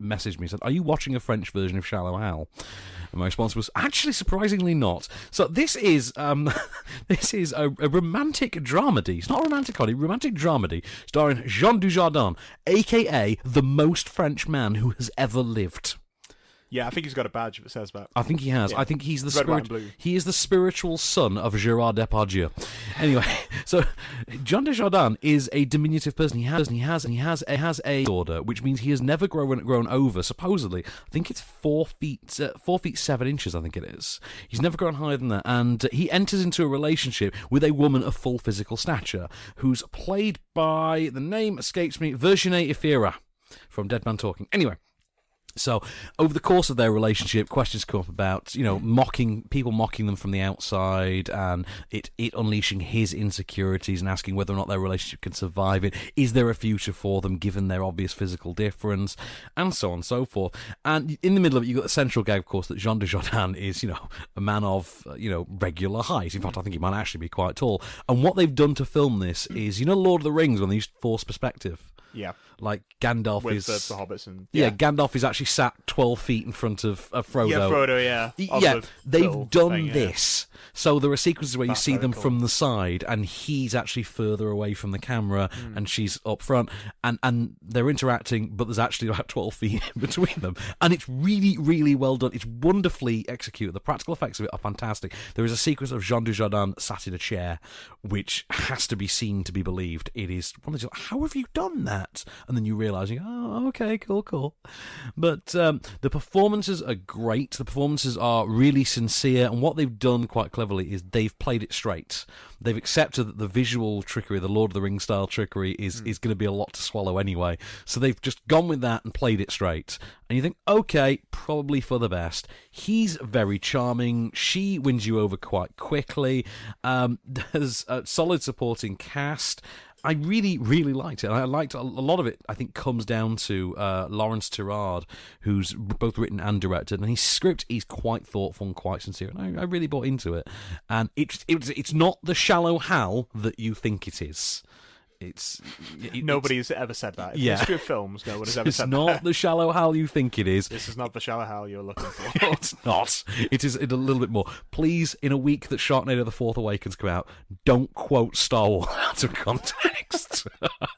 Speaker 1: messaged me and said are you watching a french version of shallow hal and my response was actually surprisingly not so this is um <laughs> this is a, a romantic dramedy it's not a romantic comedy romantic dramedy starring jean dujardin aka the most french man who has ever lived
Speaker 2: Yeah, I think he's got a badge that says that.
Speaker 1: I think he has. I think he's the
Speaker 2: Red, white,
Speaker 1: spirit.
Speaker 2: and blue.
Speaker 1: He is the spiritual son of Gerard Depardieu. Anyway, <laughs> so John Desjardins is a diminutive person. He has, he has, he has, he has a disorder, which means he has never grown grown over. Supposedly, I think it's four feet, uh, four feet seven inches. I think it is. He's never grown higher than that, and he enters into a relationship with a woman of full physical stature, who's played by the name escapes me, Virginie Efira from Dead Man Talking. Anyway. So, over the course of their relationship, questions come up about you know mocking people, mocking them from the outside, and it it unleashing his insecurities and asking whether or not their relationship can survive it. Is there a future for them given their obvious physical difference, and so on and so forth. And in the middle of it, you have got the central gag, of course, that Jean de Jordan <laughs> is you know a man of uh, you know regular height. In fact, I think he might actually be quite tall. And what they've done to film this is you know Lord of the Rings when they used forced perspective.
Speaker 2: Yeah,
Speaker 1: Like Gandalf
Speaker 2: with
Speaker 1: is
Speaker 2: the, the hobbits and
Speaker 1: yeah, Gandalf is actually sat twelve feet in front of, of Frodo.
Speaker 2: Yeah, Frodo, yeah.
Speaker 1: Y-
Speaker 2: Of
Speaker 1: yeah,
Speaker 2: the little
Speaker 1: they've done
Speaker 2: thing, yeah.
Speaker 1: this. So there are sequences where
Speaker 2: That's
Speaker 1: you see
Speaker 2: very
Speaker 1: them
Speaker 2: cool.
Speaker 1: from the side, and he's actually further away from the camera,
Speaker 2: Hmm.
Speaker 1: and she's up front, and and they're interacting, but there's actually about <laughs> twelve feet in between them, and it's really, really well done. It's wonderfully executed. The practical effects of it are fantastic. There is a sequence of Jean Dujardin sat in a chair, which has to be seen to be believed. It is one of those, how have you done that? And then you realising, oh, okay, cool, cool. But um, the performances are great. The performances are really sincere, and what they've done quite cleverly is they've played it straight. They've accepted that the visual trickery, the Lord of the Rings style trickery, is is going to be a lot to swallow anyway. So they've just gone with that and played it straight. And you think, okay, probably for the best. He's very charming. She wins you over quite quickly. Um, <laughs> there's a solid supporting cast. I really, really liked it. And I liked a a lot of it. I think comes down to uh, Lawrence Tirard, who's both written and directed, and his script is quite thoughtful and quite sincere. And I, I really bought into it. And it's it's it's not the shallow Hal that you think it is. It's it- it-
Speaker 2: Nobody's ever said that. In the
Speaker 1: Yeah.
Speaker 2: history of films, no one has
Speaker 1: It's, <laughs>
Speaker 2: ever
Speaker 1: it's
Speaker 2: said
Speaker 1: not
Speaker 2: that.
Speaker 1: the shallow Hal you think it is.
Speaker 2: This is not the shallow hell you're looking for.
Speaker 1: <laughs> it's not. It is a little bit more. Please, in a week that Sharknado: The Fourth Awakens come out, don't quote Star Wars <laughs> out of context. <laughs>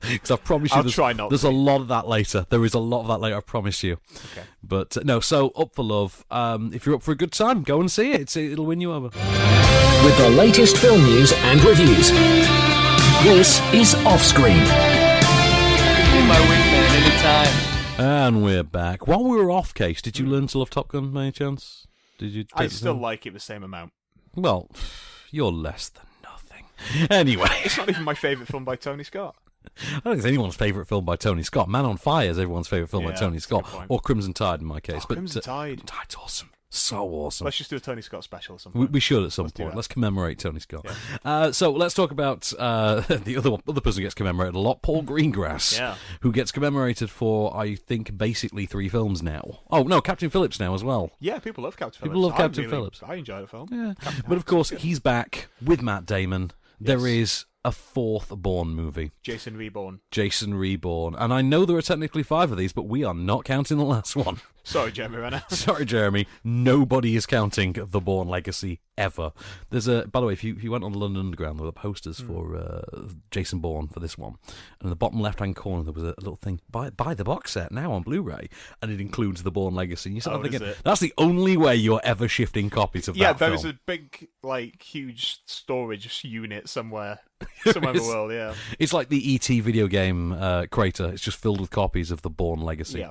Speaker 1: Because I promise you,
Speaker 2: I'll
Speaker 1: there's,
Speaker 2: try not
Speaker 1: there's a lot of that later. There is a lot of that later. I promise you. Okay. But uh, no, so up for love. Um, if you're up for a good time, go and see it. It's, it'll win you over.
Speaker 3: with the latest film news and reviews. This is Offscreen.
Speaker 6: my wingman anytime.
Speaker 1: And we're back. While we were off case, did you learn to love Top Gun by any chance? Did you?
Speaker 2: I
Speaker 1: take the
Speaker 2: still
Speaker 1: time?
Speaker 2: like it the same amount.
Speaker 1: Well, <sighs> you're less than nothing. Anyway. <laughs>
Speaker 2: It's not even my favourite film by Tony Scott.
Speaker 1: I don't think it's anyone's favourite film by Tony Scott. Man on Fire is everyone's favourite film by
Speaker 2: Yeah,
Speaker 1: Tony
Speaker 2: that's a good
Speaker 1: Scott,
Speaker 2: point.
Speaker 1: or Crimson Tide in my case.
Speaker 2: Oh,
Speaker 1: but
Speaker 2: Crimson
Speaker 1: uh,
Speaker 2: Tide.
Speaker 1: Crimson Tide's awesome, so awesome.
Speaker 2: Let's just do a Tony Scott special.
Speaker 1: We,
Speaker 2: Sometime.
Speaker 1: we should at some
Speaker 2: Let's do
Speaker 1: point.
Speaker 2: that.
Speaker 1: Let's commemorate Tony Scott. Uh, so let's talk about uh, <laughs> the other one, other person who gets commemorated a lot, Paul Greengrass,
Speaker 2: Yeah.
Speaker 1: who gets commemorated for I think basically three films now. Oh no, Captain Phillips now as well.
Speaker 2: Yeah, people love Captain
Speaker 1: People
Speaker 2: Phillips.
Speaker 1: love
Speaker 2: I
Speaker 1: Captain
Speaker 2: really-
Speaker 1: Phillips.
Speaker 2: I enjoyed the film.
Speaker 1: Yeah. But of course, he's back with Matt Damon. There is a fourth Born movie.
Speaker 2: Jason Reborn.
Speaker 1: Jason Reborn. And I know there are technically five of these, but we are not counting the last one.
Speaker 2: Sorry,
Speaker 1: <laughs>
Speaker 2: Jeremy Renner. <laughs>
Speaker 1: Sorry, Jeremy. Nobody is counting the Born Legacy ever. There's a. By the way, if you, if you went on the London Underground, there were posters
Speaker 2: Hmm.
Speaker 1: for uh, Jason Bourne for this one, and in the bottom left-hand corner there was a little thing buy buy the box set now on Blu-ray, and it includes the Born Legacy. And you start
Speaker 2: Oh,
Speaker 1: thinking
Speaker 2: is it?
Speaker 1: that's the only way you're ever shifting copies of
Speaker 2: yeah,
Speaker 1: that
Speaker 2: there
Speaker 1: film.
Speaker 2: was a big, like, huge storage
Speaker 1: <laughs>
Speaker 2: unit somewhere, somewhere in the
Speaker 1: is.
Speaker 2: world. Yeah,
Speaker 1: It's like the ET video game uh, crater. It's just filled with copies of the Born Legacy.
Speaker 2: yeah.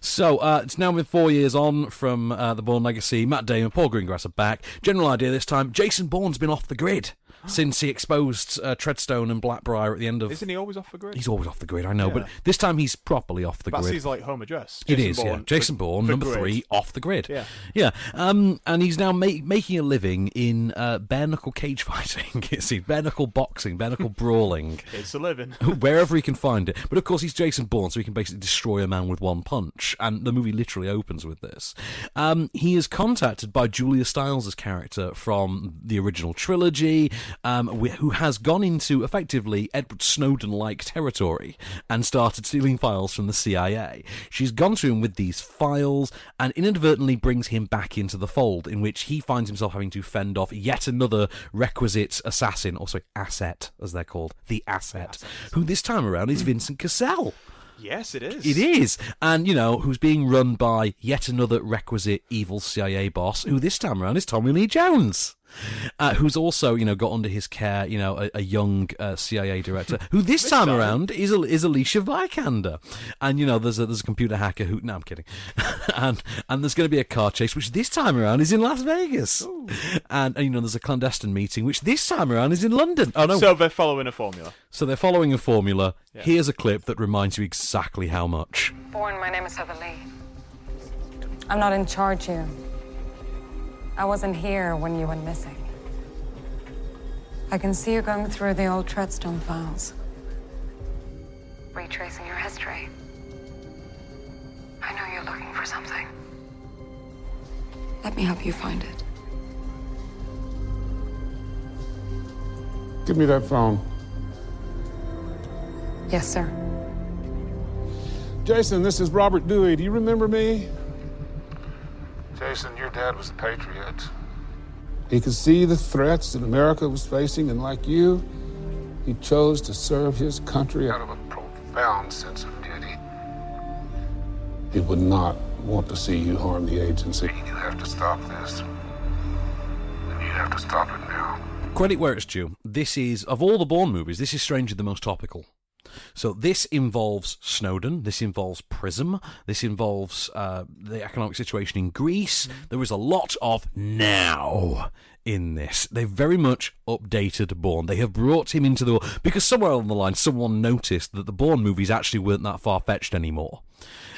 Speaker 1: So uh, it's now been four years on from uh, the Bourne legacy. Matt Damon, Paul Greengrass are back. General idea this time: Jason Bourne's been off the
Speaker 2: <gasps>
Speaker 1: grid since he exposed uh, Treadstone and Blackbriar at the end of.
Speaker 2: Isn't he always off the grid?
Speaker 1: He's always off the grid, I know, but
Speaker 2: Yeah.
Speaker 1: this time he's properly off the
Speaker 2: That's
Speaker 1: grid.
Speaker 2: his like home address.
Speaker 1: It
Speaker 2: Jason
Speaker 1: is, yeah.
Speaker 2: Bourne,
Speaker 1: Jason
Speaker 2: the-
Speaker 1: Bourne,
Speaker 2: the
Speaker 1: number
Speaker 2: grid.
Speaker 1: three, off the grid.
Speaker 2: Yeah.
Speaker 1: yeah. Um, and he's now ma- making a living in uh, bare knuckle cage <laughs> fighting. it seems bare knuckcle boxing, bare knuckle
Speaker 2: <laughs>
Speaker 1: brawling
Speaker 2: It's a living.
Speaker 1: <laughs> wherever he can find it. But of course, he's Jason Bourne, so he can basically destroy a man with one punch. And the movie literally opens with this. Um, he is contacted by Julia Stiles' character from the original trilogy, um, wh- who has gone into effectively Edward Snowden like territory and started stealing files from the CIA. She's gone to him with these files and inadvertently brings him back into the fold, in which he finds himself having to fend off yet another requisite assassin, or sorry, asset, as they're called, the asset, who this time around is Vincent Cassell.
Speaker 2: Yes, it is.
Speaker 1: It is. And, you know, who's being run by yet another requisite evil CIA boss, who this time around is Tommy Lee Jones. Uh, who's also, you know, got under his care, you know, a, a young uh, CIA director who this, time, around is a, is Alicia Vikander, and you know, there's a, there's a computer hacker who, no, I'm kidding, <laughs> and and there's going to be a car chase which this time around is in Las Vegas, and, and you know, there's a clandestine meeting which this time around is in London. Oh no,
Speaker 2: So they're following a formula.
Speaker 1: so they're following a formula. Here's a clip that reminds you exactly how much.
Speaker 8: Born, my name is Heather Lee. I'm not in charge here. I wasn't here when you went missing. I can see you going through the old Treadstone files, retracing your history. I know you're looking for something. Let me help you find it.
Speaker 9: Give me that phone.
Speaker 8: Yes, sir.
Speaker 9: Jason, this is Robert Dewey. Do you remember me?
Speaker 10: Jason, your dad was a patriot.
Speaker 9: He could see the threats that America was facing, and like you, he chose to serve his country.
Speaker 10: Out of a profound sense of duty,
Speaker 9: He would not want to see you harm the agency.
Speaker 10: you have to stop this. And you have to stop it now.
Speaker 1: Credit where it's due. This is of all the Bourne movies, this is strangely the most topical. So this involves Snowden. This involves Prism. This involves uh, the economic situation in Greece. There is a lot of now in this. They've very much updated Bourne. They have brought him into the because somewhere along the line, someone noticed that the Bourne movies actually weren't that far fetched anymore.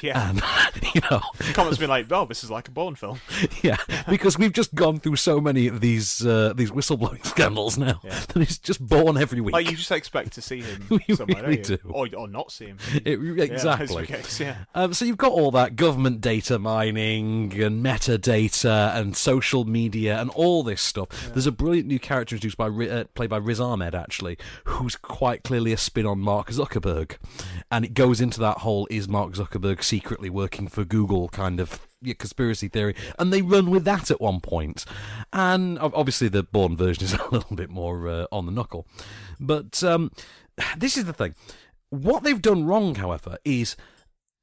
Speaker 2: Yeah.
Speaker 1: And <laughs> you know,
Speaker 2: Comments been like, oh, this is like a
Speaker 1: <laughs>
Speaker 2: Bourne film.
Speaker 1: yeah, because we've just gone through so many of these uh, these whistleblowing <laughs> scandals now that it's just born every week.
Speaker 2: Like you just expect to see him
Speaker 1: <laughs> We
Speaker 2: somewhere,
Speaker 1: really
Speaker 2: don't you?
Speaker 1: do.
Speaker 2: Or, or not see him.
Speaker 1: <laughs> It- exactly.
Speaker 2: Yeah, that's the case, yeah.
Speaker 1: Um, so you've got all that government data mining and metadata and social media and all this stuff. There's a brilliant new character introduced by Ri- uh, played by Riz Ahmed actually, who's quite clearly a spin on Mark Zuckerberg, and it goes into that whole is Mark Zuckerberg secretly working for Google kind of yeah, conspiracy theory, and they run with that at one point. And ob- obviously, the Bourne version is <laughs> a little bit more uh, on the knuckle. But um, this is the thing. What they've done wrong, however, is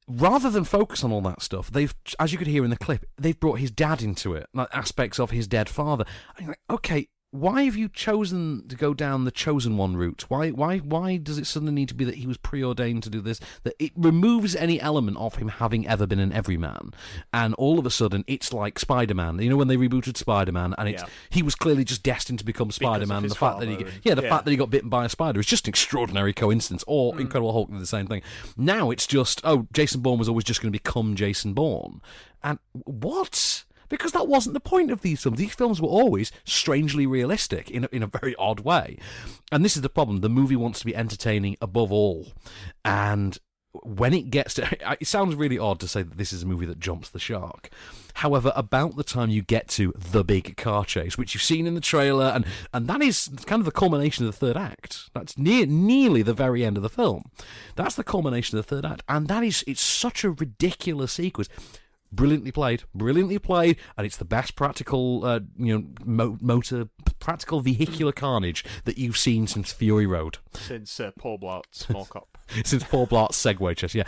Speaker 1: rather than focus on all that stuff, they've, as you could hear in the clip, they've brought his dad into it, like aspects of his dead father. And you're like, okay, why have you chosen to go down the chosen one route? Why, why, why does it suddenly need to be that he was preordained to do this? That it removes any element of him having ever been an everyman, and all of a sudden it's like Spider-Man. You know when they rebooted Spider-Man, and it's
Speaker 2: Yeah.
Speaker 1: he was clearly just destined to become Spider-Man.
Speaker 2: his
Speaker 1: The fact that he,
Speaker 2: father
Speaker 1: get-
Speaker 2: and-
Speaker 1: yeah, the
Speaker 2: yeah. Hmm.
Speaker 1: fact that he got bitten by a spider is just an extraordinary coincidence. Or Incredible Hulk did the same thing. Now it's just, oh, Jason Bourne was always just going to become Jason Bourne. And what? Because that wasn't the point of these films. These films were always strangely realistic in a, in a very odd way. And this is the problem. The movie wants to be entertaining above all. And when it gets to <laughs> it sounds really odd to say that this is a movie that jumps the shark however about the time you get to the big car chase which you've seen in the trailer and and that is kind of the culmination of the third act that's near nearly the very end of the film that's the culmination of the third act and that is it's such a ridiculous sequence brilliantly played brilliantly played and it's the best practical uh, you know mo- motor practical vehicular carnage that you've seen since fury road
Speaker 2: Since uh, Paul Blart,
Speaker 1: <laughs>
Speaker 2: Small Cop.
Speaker 1: since Paul Blart's Segway chase. Yeah.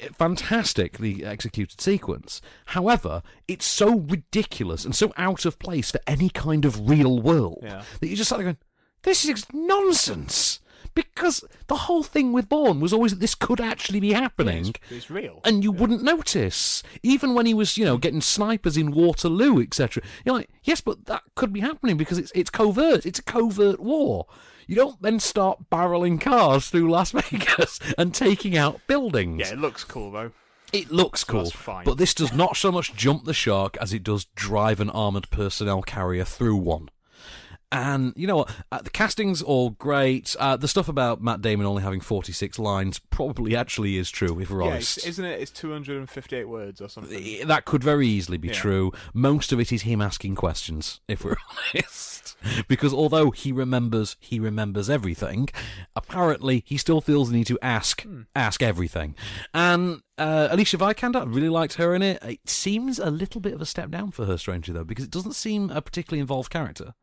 Speaker 1: Eh, Fantastic, the executed sequence. However, it's so ridiculous and so out of place for any kind of real world
Speaker 2: Yeah.
Speaker 1: that you just start going, this is nonsense. Because the whole thing with Bourne was always that this could actually be happening
Speaker 2: It's, it's real.
Speaker 1: and you wouldn't notice. Even when he was, you know, getting snipers in Waterloo, etc. You're like, yes, but that could be happening because it's it's covert. It's a covert war. You don't then start barreling cars through Las <laughs> Vegas and taking out buildings.
Speaker 2: yeah, it looks cool though.
Speaker 1: It looks cool,
Speaker 2: that's fine.
Speaker 1: but this does not so much jump the shark as it does drive an armored personnel carrier through one. And you know what? Uh, the casting's all great. Uh, the stuff about Matt Damon only having 46 lines probably actually is true, if we're
Speaker 2: Yeah,
Speaker 1: honest.
Speaker 2: it's, isn't it? It's 258 words or something.
Speaker 1: I- that could very easily be
Speaker 2: Yeah.
Speaker 1: true. Most of it is him asking questions, if we're <laughs> honest. Because although he remembers, he remembers everything. Apparently, he still feels the need to ask,
Speaker 2: Hmm.
Speaker 1: ask everything. And uh, Alicia Vikander, I really liked her in it. It seems a little bit of a step down for her, strangely though, because it doesn't seem a particularly involved character.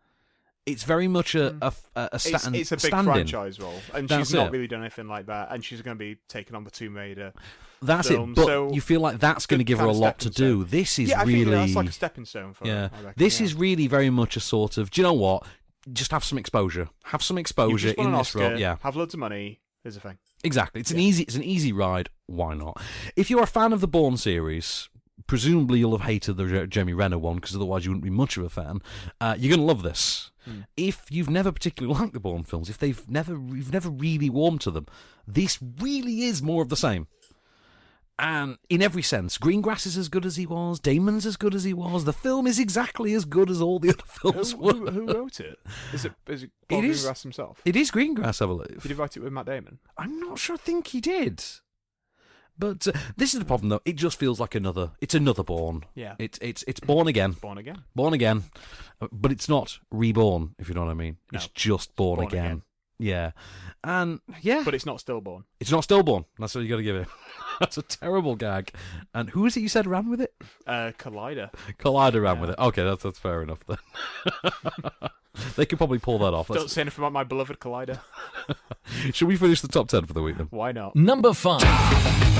Speaker 1: It's very much a a, a, a
Speaker 2: Hmm. It's,
Speaker 1: stand.
Speaker 2: it's a big
Speaker 1: stand-in.
Speaker 2: franchise role, and
Speaker 1: That's
Speaker 2: she's not
Speaker 1: it.
Speaker 2: really done anything like that. And she's going to be taking on the Tomb Raider.
Speaker 1: That's
Speaker 2: film,
Speaker 1: it. But
Speaker 2: so
Speaker 1: you feel like that's going to
Speaker 2: good
Speaker 1: give her a
Speaker 2: kind of
Speaker 1: lot to
Speaker 2: stepping
Speaker 1: do.
Speaker 2: stone.
Speaker 1: This is
Speaker 2: yeah, I
Speaker 1: really
Speaker 2: think that's like a stepping stone for
Speaker 1: yeah.
Speaker 2: her. I reckon,
Speaker 1: this
Speaker 2: yeah.
Speaker 1: is really very much a sort of. Do you know what? Just have some exposure. Have some
Speaker 2: You've
Speaker 1: exposure
Speaker 2: just won
Speaker 1: in
Speaker 2: an
Speaker 1: this role.
Speaker 2: Oscar,
Speaker 1: Yeah.
Speaker 2: have loads of money. Is a thing.
Speaker 1: Exactly. It's an easy it's an easy ride. Why not? If you're a fan of the Bourne series, presumably you'll have hated the Je- Jeremy Renner one because otherwise you wouldn't be much of a fan. Uh, you're going to love this.
Speaker 2: Hmm.
Speaker 1: If you've never particularly <laughs> liked the Bourne films, if they've never you've never really warmed to them, this really is more of the same. And in every sense, Greengrass is as good as he was. Damon's as good as he was. The film is exactly as good as all the other <laughs>
Speaker 2: Who,
Speaker 1: films were.
Speaker 2: who, who wrote it? Is it is it Bob
Speaker 1: Oh, is-
Speaker 2: Ross himself?
Speaker 1: It is Greengrass, I believe.
Speaker 2: Did he write it with Matt Damon?
Speaker 1: I'm not sure. I think he did. But uh, this is the problem, though. It just feels like another. It's another born.
Speaker 2: Yeah.
Speaker 1: It's it's it's born again.
Speaker 2: Born again.
Speaker 1: Born again. Uh, But it's not reborn, if you know what I mean.
Speaker 2: No.
Speaker 1: It's just born,
Speaker 2: Born
Speaker 1: again.
Speaker 2: again.
Speaker 1: Yeah. And yeah,
Speaker 2: But it's not stillborn.
Speaker 1: it's not stillborn. That's what you got to give it. <laughs> That's a terrible gag. And who is it you said ran with it?
Speaker 2: Uh,
Speaker 1: <laughs>
Speaker 2: Collider.
Speaker 1: Collider ran with it. Okay, that's that's fair enough then. <laughs> they could probably pull that off.
Speaker 2: Don't
Speaker 1: That's-
Speaker 2: say anything about my beloved Collider.
Speaker 1: Should we finish the top ten for the week then?
Speaker 2: Why not?
Speaker 3: Number 5.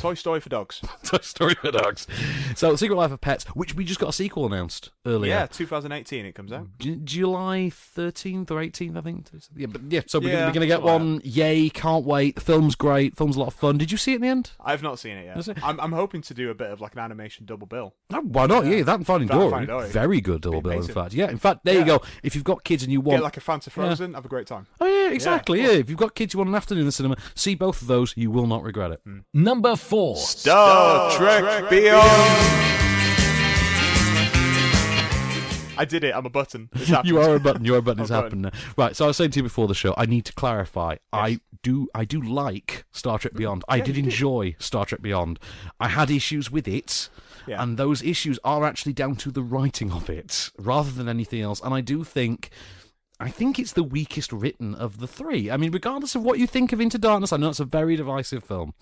Speaker 2: Toy Story
Speaker 1: <laughs>
Speaker 2: for dogs.
Speaker 1: Toy Story for dogs. So, Secret Life of Pets, which we just got a sequel announced earlier.
Speaker 2: Yeah, 2018 it comes out.
Speaker 1: J- July 13th or 18th, I think. Yeah, but yeah, so we're,
Speaker 2: Yeah,
Speaker 1: gonna, we're gonna get
Speaker 2: something like
Speaker 1: one. Yay, can't wait. The film's great. film's a lot of fun. Did you see it in the end?
Speaker 2: I've not seen it yet.
Speaker 1: Is it?
Speaker 2: I'm, I'm hoping to do a bit of like an animation double bill.
Speaker 1: No, why not? Yeah, that and Finding
Speaker 2: That
Speaker 1: Dory.
Speaker 2: and Finding Dory.
Speaker 1: Very good double bill, in
Speaker 2: amazing.
Speaker 1: fact. Yeah, in fact, there you
Speaker 2: Yeah.
Speaker 1: go. If you've got kids and you want.
Speaker 2: Get like a fan to Frozen, have a great time.
Speaker 1: oh, yeah, exactly.
Speaker 2: cool.
Speaker 1: Yeah, if you've got kids you want an afternoon in the cinema, see both of those. You will not regret it.
Speaker 3: Number 4.
Speaker 2: Star, Trek, Beyond. I did it. I'm a button. It's happened.
Speaker 1: <laughs> You are a button. You are a button.
Speaker 2: I'm
Speaker 1: It's
Speaker 2: going.
Speaker 1: happened now. Right. So I was saying to you before the show, I need to clarify. I do. I do like Star Trek Beyond. I did enjoy Star Trek Beyond. I had issues with it,
Speaker 2: Yeah.
Speaker 1: and those issues are actually down to the writing of it rather than anything else. And I do think. I think it's the weakest written of the three. I mean, regardless of what you think of Into Darkness, I know it's a very divisive film.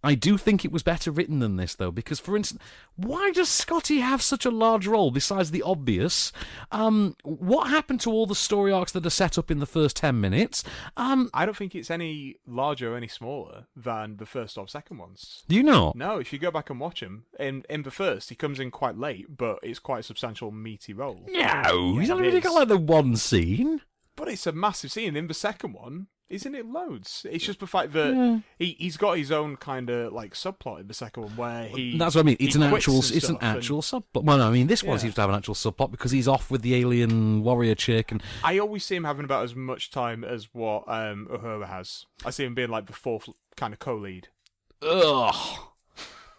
Speaker 1: I do think it was better written than this, though, because, for instance, why does Scotty have such a large role besides the obvious? Um, what happened to all the story arcs that are set up in the first 10 minutes? Um,
Speaker 2: I don't think it's any larger or any smaller than the first or second ones.
Speaker 1: do you know?
Speaker 2: No, if you go back and watch him, in, in the first, he comes in quite late, but it's quite a substantial, meaty role.
Speaker 1: No, he's
Speaker 2: Yeah,
Speaker 1: only
Speaker 2: it
Speaker 1: really
Speaker 2: is.
Speaker 1: got like the one scene.
Speaker 2: But it's a massive scene. In the second one, isn't it loads? It's just the fact that he he's got his own kind of like subplot in the second one where he.
Speaker 1: That's what I mean.
Speaker 2: he
Speaker 1: It's an
Speaker 2: quits
Speaker 1: actual,
Speaker 2: and
Speaker 1: it's an
Speaker 2: stuff and
Speaker 1: actual subplot. Well, no, I mean, this one
Speaker 2: Yeah.
Speaker 1: seems to have an actual subplot because he's off with the alien warrior chick, and
Speaker 2: I always see him having about as much time as what um Uhura has. I see him being like the fourth kind of co-lead.
Speaker 1: ugh,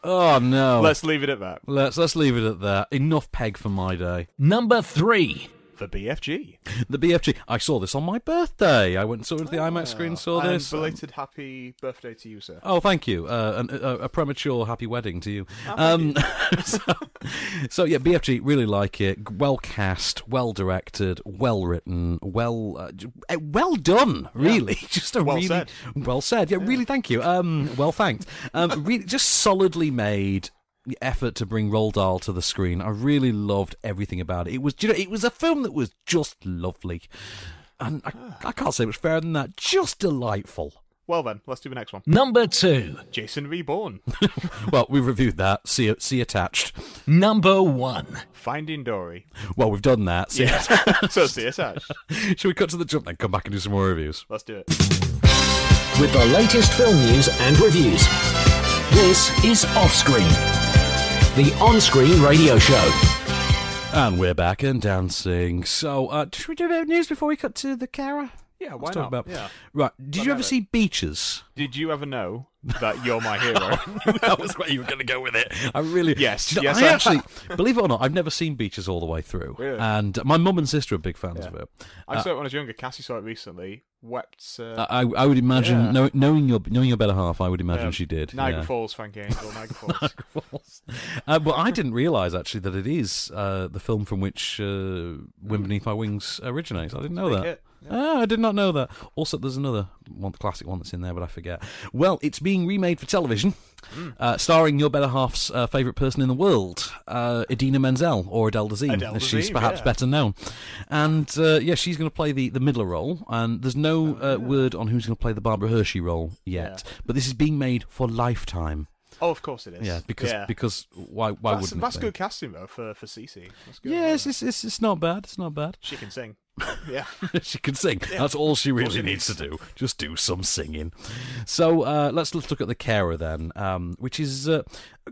Speaker 1: oh no.
Speaker 2: Let's leave it at that.
Speaker 1: let's let's leave it at that. Enough peg for my day.
Speaker 3: Number 3.
Speaker 2: The BFG.
Speaker 1: The BFG. I saw this on my birthday. I went and saw it at the IMAX screen. Saw
Speaker 2: and
Speaker 1: this. um,
Speaker 2: Belated happy birthday to you, sir.
Speaker 1: Oh, thank you. Uh, an, a, a premature happy wedding to you.
Speaker 2: Oh,
Speaker 1: Um, so, <laughs> so, yeah, BFG really like it. G- Well cast, well directed, well written, well uh, j- eh, well done. Really, <laughs> just a
Speaker 2: Well
Speaker 1: really
Speaker 2: said.
Speaker 1: well said. Yeah, really. Thank you. Um, well thanked. Um, really, just solidly made effort to bring Roald Dahl to the screen. I really loved everything about it. It was, do you know, it was a film that was just lovely. And I,
Speaker 2: Ah.
Speaker 1: I can't say much fairer than that. Just delightful.
Speaker 2: Well then, let's do the next one.
Speaker 3: Number 2.
Speaker 2: Jason
Speaker 1: <laughs>
Speaker 2: Reborn.
Speaker 1: Well, we reviewed that. See, see attached.
Speaker 3: Number 1.
Speaker 1: <laughs>
Speaker 2: Finding Dory.
Speaker 1: Well, we've done that. See,
Speaker 2: so see us out.
Speaker 1: <laughs> should we cut to the jump then? Come back and do some more reviews.
Speaker 2: Let's do it.
Speaker 3: With the latest film news and reviews. This is Offscreen, the on-screen radio show.
Speaker 1: And we're back and dancing. So, uh, should we do a bit of news before we cut to the carer?
Speaker 2: Yeah, why
Speaker 1: Let's
Speaker 2: not?
Speaker 1: talk about.
Speaker 2: Yeah.
Speaker 1: Right. Did you ever
Speaker 2: Dynamic.
Speaker 1: see
Speaker 2: <laughs>
Speaker 1: Beaches? <laughs>
Speaker 2: Did you ever know that you're my hero?
Speaker 1: that was where you were going to go with it. I really.
Speaker 2: Yes,
Speaker 1: Do you
Speaker 2: yes,
Speaker 1: I
Speaker 2: I- <laughs>
Speaker 1: actually, believe it or not, I've never seen Beaches all the way through.
Speaker 2: Really?
Speaker 1: And my mum and sister are big fans of it.
Speaker 2: I
Speaker 1: Uh,
Speaker 2: saw it when I was younger. Cassie saw it recently. Wept. Uh,
Speaker 1: I, I would imagine,
Speaker 2: Yeah.
Speaker 1: know- knowing your knowing your better half, I would imagine
Speaker 2: um,
Speaker 1: she did.
Speaker 2: Niagara
Speaker 1: yeah.
Speaker 2: Falls, Frankie Angel,
Speaker 1: <laughs>
Speaker 2: Niagara Falls.
Speaker 1: false. Uh, but I didn't realise actually that it is uh, the film from which uh, "Wind Beneath My Wings" originates. I didn't know
Speaker 2: Big
Speaker 1: that.
Speaker 2: hit.
Speaker 1: Ah, I did not know that. Also, there's another one, the classic one that's in there, but I forget. Well, it's being remade for television,
Speaker 2: Hmm.
Speaker 1: uh, starring your better half's uh, favourite person in the world, uh, Idina Menzel, or Adele Dazeem,
Speaker 2: Adele
Speaker 1: as she's
Speaker 2: Dazeem,
Speaker 1: perhaps
Speaker 2: yeah.
Speaker 1: better known. And uh, yeah, she's going to play the, the middler role, and there's no
Speaker 2: Oh,
Speaker 1: uh, word on who's going to play the Barbara Hershey role yet. But this is being made for Lifetime.
Speaker 2: Oh, of course it is.
Speaker 1: Yeah, because because why why
Speaker 2: that's,
Speaker 1: wouldn't
Speaker 2: that's
Speaker 1: they?
Speaker 2: good casting though for for Cece. That's good.
Speaker 1: Yes, it's, it's it's not bad. It's not bad.
Speaker 2: She can sing. Yeah.
Speaker 1: <laughs> she can sing. That's all she really needs to do. Just do some singing. So uh, let's let's look at the carer then, um, which is uh,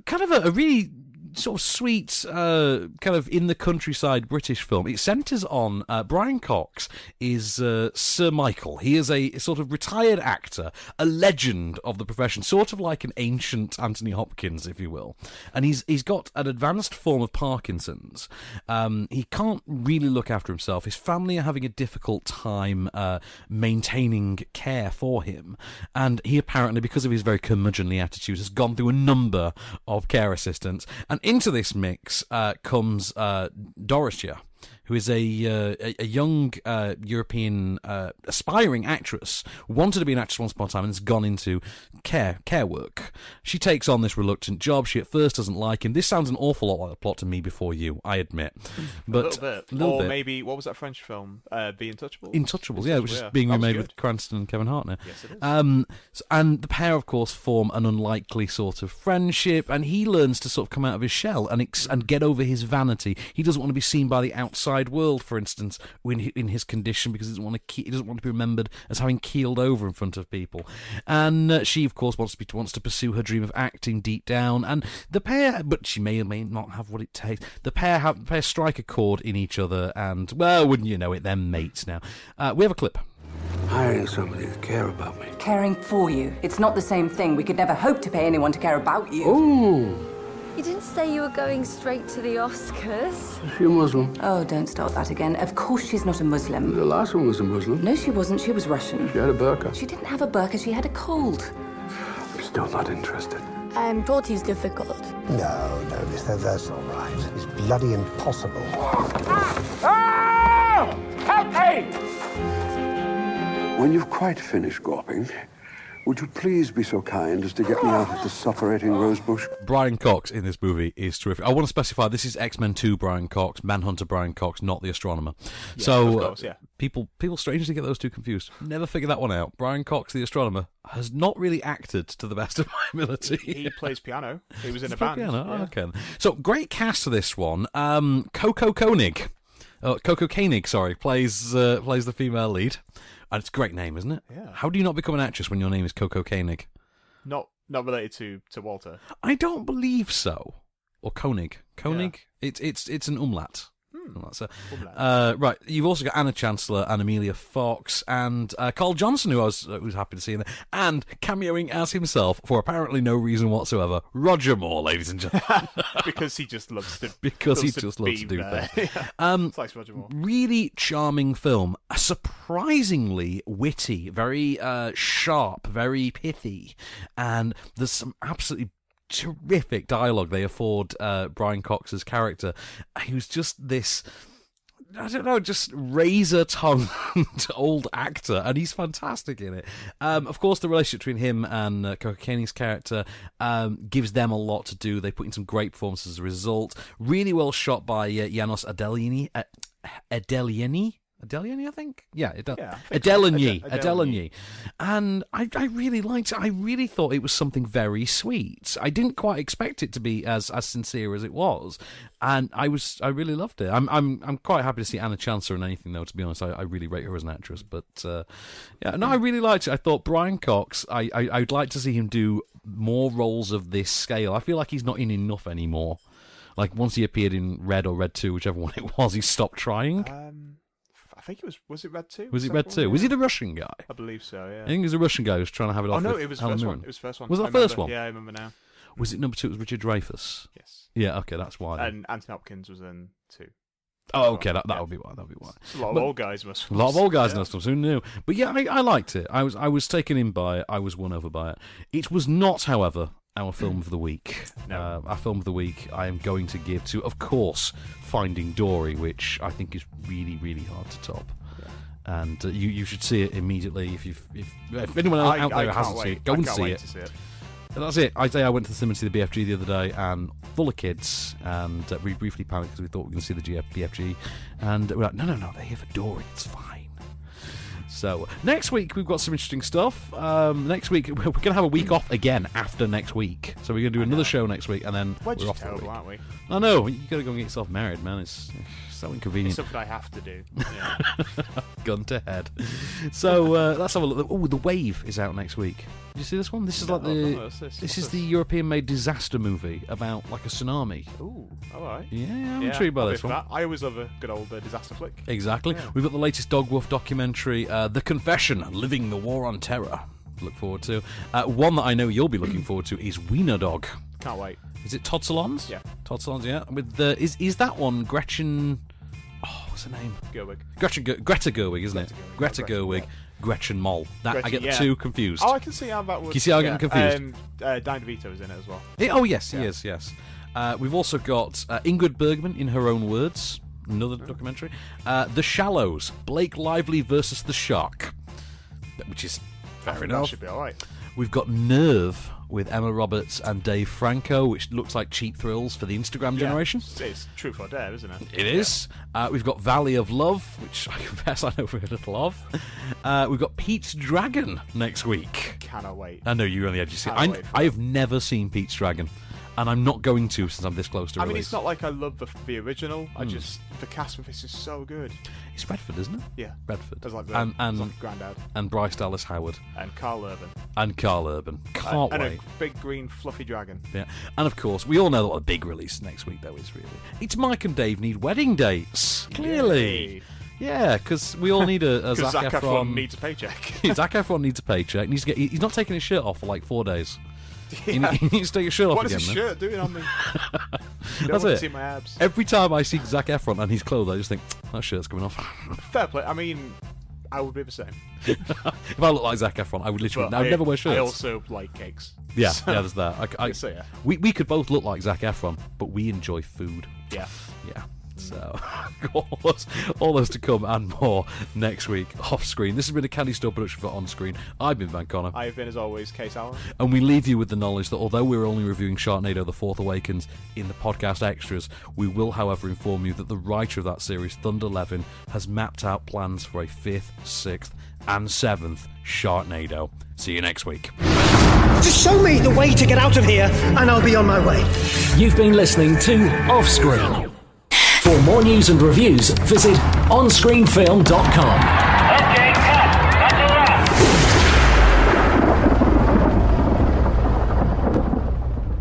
Speaker 1: kind of a, a really sort of sweet, uh, kind of in the countryside British film. It centres on uh, Brian Cox is uh, Sir Michael. He is a sort of retired actor, a legend of the profession, sort of like an ancient Anthony Hopkins, if you will. And he's he's got an advanced form of Parkinson's. Um, he can't really look after himself. His family are having a difficult time uh, maintaining care for him, and he apparently, because of his very curmudgeonly attitude, has gone through a number of care assistants. And into this mix uh, comes uh, Dorothea who is a uh, a, a young uh, European uh, aspiring actress, wanted to be an actress once upon a time, and has gone into care care work. She takes on this reluctant job. She at first doesn't like him. This sounds an awful lot like the plot to Me Before You, I admit, but
Speaker 2: <laughs> a little bit.
Speaker 1: little
Speaker 2: or
Speaker 1: bit.
Speaker 2: maybe what was that French film? Uh, Be Intouchable.
Speaker 1: Intouchables, yeah, which is
Speaker 2: yeah.
Speaker 1: being
Speaker 2: That was
Speaker 1: remade
Speaker 2: good.
Speaker 1: with Cranston and Kevin Hartner.
Speaker 2: Yes, it is.
Speaker 1: Um, s- and the pair, of course, form an unlikely sort of friendship, and he learns to sort of come out of his shell and ex- and get over his vanity. He doesn't want to be seen by the outside world, for instance, in hi- in his condition, because he doesn't want to ke- he doesn't want to be remembered as having keeled over in front of people. And uh, she, of course, wants to be, wants to pursue her dream of acting deep down. And the pair, but she may or may not have what it takes. The pair have the pair strike a chord in each other, and well, wouldn't you know it, they're mates now. Uh, we have a clip.
Speaker 11: Hiring somebody to care about me.
Speaker 12: Caring for you. It's not the same thing. We could never hope to pay anyone to care about you. Ooh.
Speaker 7: You didn't say you were going straight to the Oscars.
Speaker 11: Is she a Muslim?
Speaker 12: Oh, don't start that again. Of course she's not a Muslim.
Speaker 11: The last one was a Muslim.
Speaker 12: No, she wasn't. She was Russian.
Speaker 11: She had a burqa.
Speaker 12: She didn't have a burqa. She had a cold.
Speaker 11: I'm still not interested.
Speaker 13: I'm told he's difficult.
Speaker 14: No, no, mister, that's not right. It's bloody impossible.
Speaker 11: Help me! When you've quite finished gawping, would you please be so kind as to get me out of this sufferating rose bush?
Speaker 1: Brian Cox in this movie is terrific. I want to specify this is X Men Two Brian Cox, Manhunter Brian Cox, not the astronomer. so
Speaker 2: of course,
Speaker 1: uh,
Speaker 2: yeah.
Speaker 1: people people strangely get those two confused. Never figure that one out. Brian Cox, the astronomer, has not really acted to the best of my ability.
Speaker 2: <laughs>
Speaker 1: <laughs>
Speaker 2: He plays piano. He was in a
Speaker 1: Fuck
Speaker 2: band.
Speaker 1: oh, yeah, no,
Speaker 2: Yeah.
Speaker 1: okay. So great cast for this one. Um, Coco Koenig, uh, Coco Koenig, sorry, plays uh, plays the female lead, and it's a great name, isn't it? Yeah. How do you not become an actress when your name is Coco Koenig?
Speaker 2: Not not related to
Speaker 1: <laughs>
Speaker 2: to Walter.
Speaker 1: I don't believe so. Or Koenig, Koenig. It's it's it's an umlaut. That's a, uh, right. You've also got Anna Chancellor and Amelia Fox and uh, Carl Johnson, who I was uh, was happy to see in there, and cameoing as himself for apparently no reason whatsoever, Roger Moore, ladies and gentlemen.
Speaker 2: because he just loves to.
Speaker 1: <laughs> Because he
Speaker 2: loves to
Speaker 1: just loves
Speaker 2: be
Speaker 1: to do
Speaker 2: there.
Speaker 1: things.
Speaker 2: <laughs> Yeah.
Speaker 1: <laughs> Um,
Speaker 2: It's like Roger Moore.
Speaker 1: Really charming film. A surprisingly witty, very uh, sharp, very pithy, and there's some absolutely terrific dialogue they afford uh, Brian Cox's character, who's just this. I don't know, just razor tongued <laughs> old actor, and he's fantastic in it. Um, of course, the relationship between him and uh, Coco Caney's character um, gives them a lot to do. They put in some great performances as a result. Really well shot by uh, Janos Adelini. Uh, Adelini? Adelini, I think? Yeah, Adel-
Speaker 2: Yeah, I think so.
Speaker 1: Adelini.
Speaker 2: Ade-
Speaker 1: Adelini. And I, I really liked it. I really thought it was something very sweet. I didn't quite expect it to be as, as sincere as it was. And I was I really loved it. I'm I'm I'm quite happy to see Anna Chancellor in anything though, to be honest. I, I really rate her as an actress. But uh, yeah, no, I really liked it. I thought Brian Cox, I, I I'd like to see him do more roles of this scale. I feel like he's not in enough anymore. Like once he appeared in Red or Red Two, whichever <laughs> one it was, he stopped trying.
Speaker 2: Um, I think it was. Was it Red Two?
Speaker 1: Was it
Speaker 2: that
Speaker 1: Red
Speaker 2: one?
Speaker 1: Two? Was he the Russian guy?
Speaker 2: I believe so. Yeah.
Speaker 1: I think it was a Russian guy who was trying to have it
Speaker 2: Oh
Speaker 1: off.
Speaker 2: no,
Speaker 1: with
Speaker 2: it was
Speaker 1: Helen
Speaker 2: first
Speaker 1: Mirren.
Speaker 2: one. It was first one.
Speaker 1: Was
Speaker 2: I
Speaker 1: that first
Speaker 2: remember.
Speaker 1: one?
Speaker 2: Yeah, I remember now.
Speaker 1: Was it number two? It was Richard Dreyfus.
Speaker 2: Yes.
Speaker 1: Yeah. Okay, that's why. then.
Speaker 2: And Anthony Hopkins was in two.
Speaker 1: Oh, okay, that that would be why. That would be why.
Speaker 2: A lot of
Speaker 1: But-
Speaker 2: old guys must.
Speaker 1: A lot of old guys
Speaker 2: Yeah.
Speaker 1: in Who knew? But yeah, I, I liked it. I was I was taken in by it. I was won over by it. It was not, however, our film of the week. No. our film of the week I am going to give to, of course, Finding Dory, which I think is really, really hard to top. and uh, you you should see it immediately if you've if, if anyone out
Speaker 2: I-
Speaker 1: out
Speaker 2: I
Speaker 1: there
Speaker 2: can't
Speaker 1: hasn't seen
Speaker 2: wait.
Speaker 1: it, go
Speaker 2: I
Speaker 1: and
Speaker 2: can't
Speaker 1: see
Speaker 2: wait
Speaker 1: it.
Speaker 2: to see it.
Speaker 1: And that's it. I say I went to the cinema to see the BFG the other day, and full of kids, and uh, we briefly panicked because we thought we were going to see the GF, BFG, and we're like, no, no, no, they're here for Dory. It's fine. So next week we've got some interesting stuff. Um, next week <laughs> we're going to have a week off again after next week, so we're going to do another show next week, and then
Speaker 2: We're
Speaker 1: we're
Speaker 2: just
Speaker 1: off for a
Speaker 2: terrible,
Speaker 1: week.
Speaker 2: aren't we?
Speaker 1: I know you got to go and get yourself married, man. It's, it's so inconvenient.
Speaker 2: It's something I have
Speaker 1: <laughs>
Speaker 2: to do. Yeah.
Speaker 1: Gun to head. So uh, let's have a look. Oh, the wave is out next week. Did you see this one? This is
Speaker 2: No,
Speaker 1: like
Speaker 2: no, no,
Speaker 1: the
Speaker 2: what's this?
Speaker 1: this
Speaker 2: What's
Speaker 1: is
Speaker 2: this?
Speaker 1: the European-made disaster movie about like a tsunami.
Speaker 2: Ooh, all right.
Speaker 1: Yeah, I'm intrigued by
Speaker 2: I'll be
Speaker 1: this
Speaker 2: for
Speaker 1: one.
Speaker 2: that. I always love a good old uh, disaster flick.
Speaker 1: Exactly.
Speaker 2: Yeah.
Speaker 1: We've got the latest Dog Wolf documentary, uh, The Confession: Living the War on Terror. Look forward to. Uh, one that I know you'll be looking forward to is Wiener Dog.
Speaker 2: Can't wait.
Speaker 1: Is it Todd Salons? Yeah. Todd Salons, yeah. With the is is that one Gretchen? Oh, what's her name?
Speaker 2: Gerwig.
Speaker 1: Gretchen, Ger- Greta Gerwig, isn't it? Greta Gerwig, Gretchen Moll. That I
Speaker 2: Gretchen,
Speaker 1: get the
Speaker 2: yeah.
Speaker 1: two confused.
Speaker 2: Oh, I can see how that would.
Speaker 1: Can you see how I'm
Speaker 2: yeah.
Speaker 1: getting confused?
Speaker 2: Um, uh, Danny DeVito is in it as well.
Speaker 1: Eh, oh yes, he is. Yes. Uh, we've also got uh, Ingrid Bergman in her own words. Another
Speaker 2: Mm.
Speaker 1: documentary. Uh, the Shallows: Blake Lively versus the Shark, which is fair
Speaker 2: I think That
Speaker 1: enough.
Speaker 2: should be all right.
Speaker 1: We've got Nerve with Emma Roberts and Dave Franco, which looks like cheap thrills for the Instagram generation.
Speaker 2: Yeah. It's truth or dare, isn't it?
Speaker 1: It is. Uh, we've got Valley of Love, which I <laughs> confess I know very little of. Uh, we've got Pete's Dragon next week.
Speaker 2: Cannot wait.
Speaker 1: I know you're on the edge of your
Speaker 2: Can't
Speaker 1: seat.
Speaker 2: wait
Speaker 1: I, I have never seen Pete's Dragon, and I'm not going to since I'm this close to
Speaker 2: I
Speaker 1: release.
Speaker 2: mean, it's not like I love the, the original. I
Speaker 1: Hmm.
Speaker 2: just the cast with this is so good.
Speaker 1: It's Redford, isn't it?
Speaker 2: Yeah.
Speaker 1: Redford.
Speaker 2: It's like the,
Speaker 1: and and
Speaker 2: it's like Grandad
Speaker 1: and Bryce Dallas Howard
Speaker 2: and Carl Urban.
Speaker 1: and Carl Urban. Can't
Speaker 2: and,
Speaker 1: wait.
Speaker 2: And a big green fluffy dragon.
Speaker 1: Yeah, and of course we all know that the big release next week though is really it's Mike and Dave need wedding dates. Clearly, yeah, because we all need
Speaker 2: <laughs>
Speaker 1: a, a
Speaker 2: 'Cause
Speaker 1: Zac,
Speaker 2: Zac Efron
Speaker 1: Efron <laughs>
Speaker 2: needs a paycheck. <laughs>
Speaker 1: Zac Efron needs a paycheck. Needs to get. he- He's not taking his shirt off for like four days. He,
Speaker 2: Yeah.
Speaker 1: he <laughs> needs to take his shirt off
Speaker 2: What is
Speaker 1: again.
Speaker 2: his
Speaker 1: then.
Speaker 2: shirt
Speaker 1: <laughs>
Speaker 2: doing on me? You don't
Speaker 1: That's
Speaker 2: want to
Speaker 1: it.
Speaker 2: see my abs.
Speaker 1: Every time I see Zac Efron and his clothes, I just think that shirt's coming off.
Speaker 2: Fair play. I mean, I would be the same.
Speaker 1: if I look like Zac Efron, I would literally.
Speaker 2: But
Speaker 1: I would
Speaker 2: I-
Speaker 1: never wear shirts.
Speaker 2: I also like cakes. <laughs>
Speaker 1: Yeah,
Speaker 2: So-
Speaker 1: yeah, there's that. I, I-
Speaker 2: So, yeah.
Speaker 1: we, we could both look like Zach Efron, but we enjoy food.
Speaker 2: Yeah.
Speaker 1: Yeah. So, <laughs> all those, all those to come and more next week off screen. This has been a Candy Store production for On Screen. I've been Van Connor.
Speaker 2: I have been, as always, Case Allen.
Speaker 1: And we leave you with the knowledge that although we're only reviewing Sharknado The Fourth Awakens in the podcast extras, we will, however, inform you that the writer of that series, Thunder Levin, has mapped out plans for a fifth, sixth, and seventh Sharknado. See you next week.
Speaker 3: Just show me the way to get out of here, and I'll be on my way. You've been listening to Offscreen. For more news and reviews, visit onscreenfilm.com.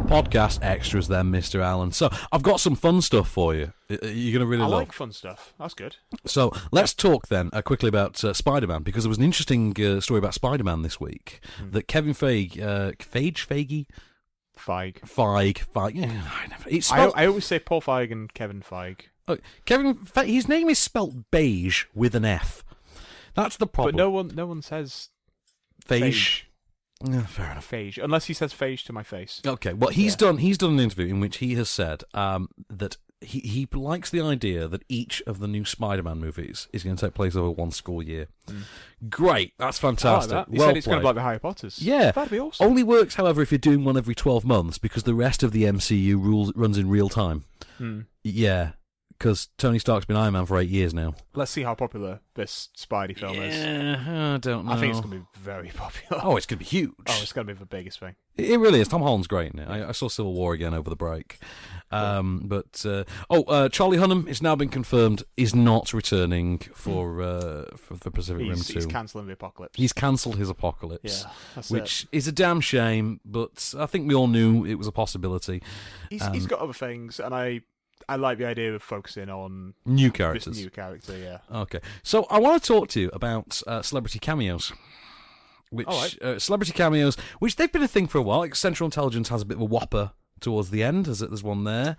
Speaker 1: Podcast extras, then, Mr. Allen. So I've got some fun stuff for you. Uh, uh, You're going to really
Speaker 2: I
Speaker 1: love.
Speaker 2: like fun stuff. That's good.
Speaker 1: So let's talk then uh, quickly about uh, Spider Man because there was an interesting uh, story about Spider Man this week
Speaker 2: Hmm.
Speaker 1: that Kevin Feige, uh, Feige, Feige,
Speaker 2: Feige,
Speaker 1: Feige, Feige. Yeah, I never. It's
Speaker 2: I,
Speaker 1: spelled,
Speaker 2: Hmm. I always say Paul Feig and Kevin Feig.
Speaker 1: uh, Kevin. Fe- his name is spelt beige with an F. That's the problem.
Speaker 2: But no one, no one says
Speaker 1: Feige. Yeah, fair
Speaker 2: enough. Phage, unless he says phage to my face.
Speaker 1: Okay, well he's done he's done an interview in which he has said um, that he he likes the idea that each of the new Spider-Man movies is going to take place over one school year. Great, that's fantastic.
Speaker 2: Mm. that. He
Speaker 1: well
Speaker 2: said it's
Speaker 1: played.
Speaker 2: going to be like the Harry Potters.
Speaker 1: Yeah, Oh.
Speaker 2: that'd be awesome.
Speaker 1: Only works, however, if you're doing one every twelve months because the rest of the MCU rules runs in real time.
Speaker 2: Hmm.
Speaker 1: Yeah, because Tony Stark's been Iron Man for eight years now.
Speaker 2: Let's see how popular this Spidey film is.
Speaker 1: Yeah, I don't
Speaker 2: Eh, I think it's
Speaker 1: know.
Speaker 2: going to be very <laughs> popular.
Speaker 1: Oh, it's gonna be huge.
Speaker 2: Oh, it's going to be the biggest thing.
Speaker 1: It it really is. Tom Holland's great in it. I, I saw Civil War again over the break. Um, but uh, oh, uh, Charlie Hunnam has now been confirmed is not returning for uh, for the Pacific Rim
Speaker 2: He's,
Speaker 1: Two.
Speaker 2: he's cancelling the apocalypse.
Speaker 1: He's cancelled his apocalypse,
Speaker 2: Yeah, that's
Speaker 1: which is a damn shame. But I think we all knew it was a possibility.
Speaker 2: He's, he's
Speaker 1: Um,
Speaker 2: got other things, and I I like the idea of focusing on
Speaker 1: New characters.
Speaker 2: This new character, yeah.
Speaker 1: Okay, so I want to talk to you about uh, celebrity cameos. Which
Speaker 2: All right.
Speaker 1: uh, celebrity cameos, which they've been a thing for a while. Like Central Intelligence has a bit of a whopper towards the end. There's, there's one there,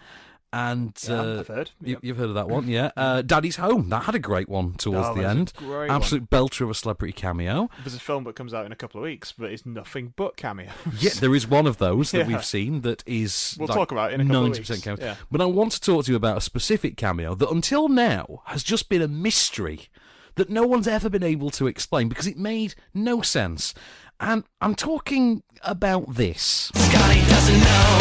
Speaker 1: and
Speaker 2: Yeah,
Speaker 1: uh,
Speaker 2: I've heard,
Speaker 1: You, have heard of that
Speaker 2: <clears throat>
Speaker 1: one, yeah. Uh, Daddy's Home that had a great one towards
Speaker 2: Oh,
Speaker 1: the
Speaker 2: that's a
Speaker 1: end.
Speaker 2: great
Speaker 1: Absolute belter of a celebrity cameo.
Speaker 2: There's a film that comes out in a couple of weeks, but it's nothing but cameos.
Speaker 1: Yeah, there is one of those that
Speaker 2: Yeah.
Speaker 1: we've seen that is
Speaker 2: We'll talk about it in a couple of weeks.
Speaker 1: cameo.
Speaker 2: Yeah.
Speaker 1: But I want to talk to you about a specific cameo that until now has just been a mystery that no one's ever been able to explain because it made no sense. And I'm talking about this.
Speaker 15: Scotty doesn't know.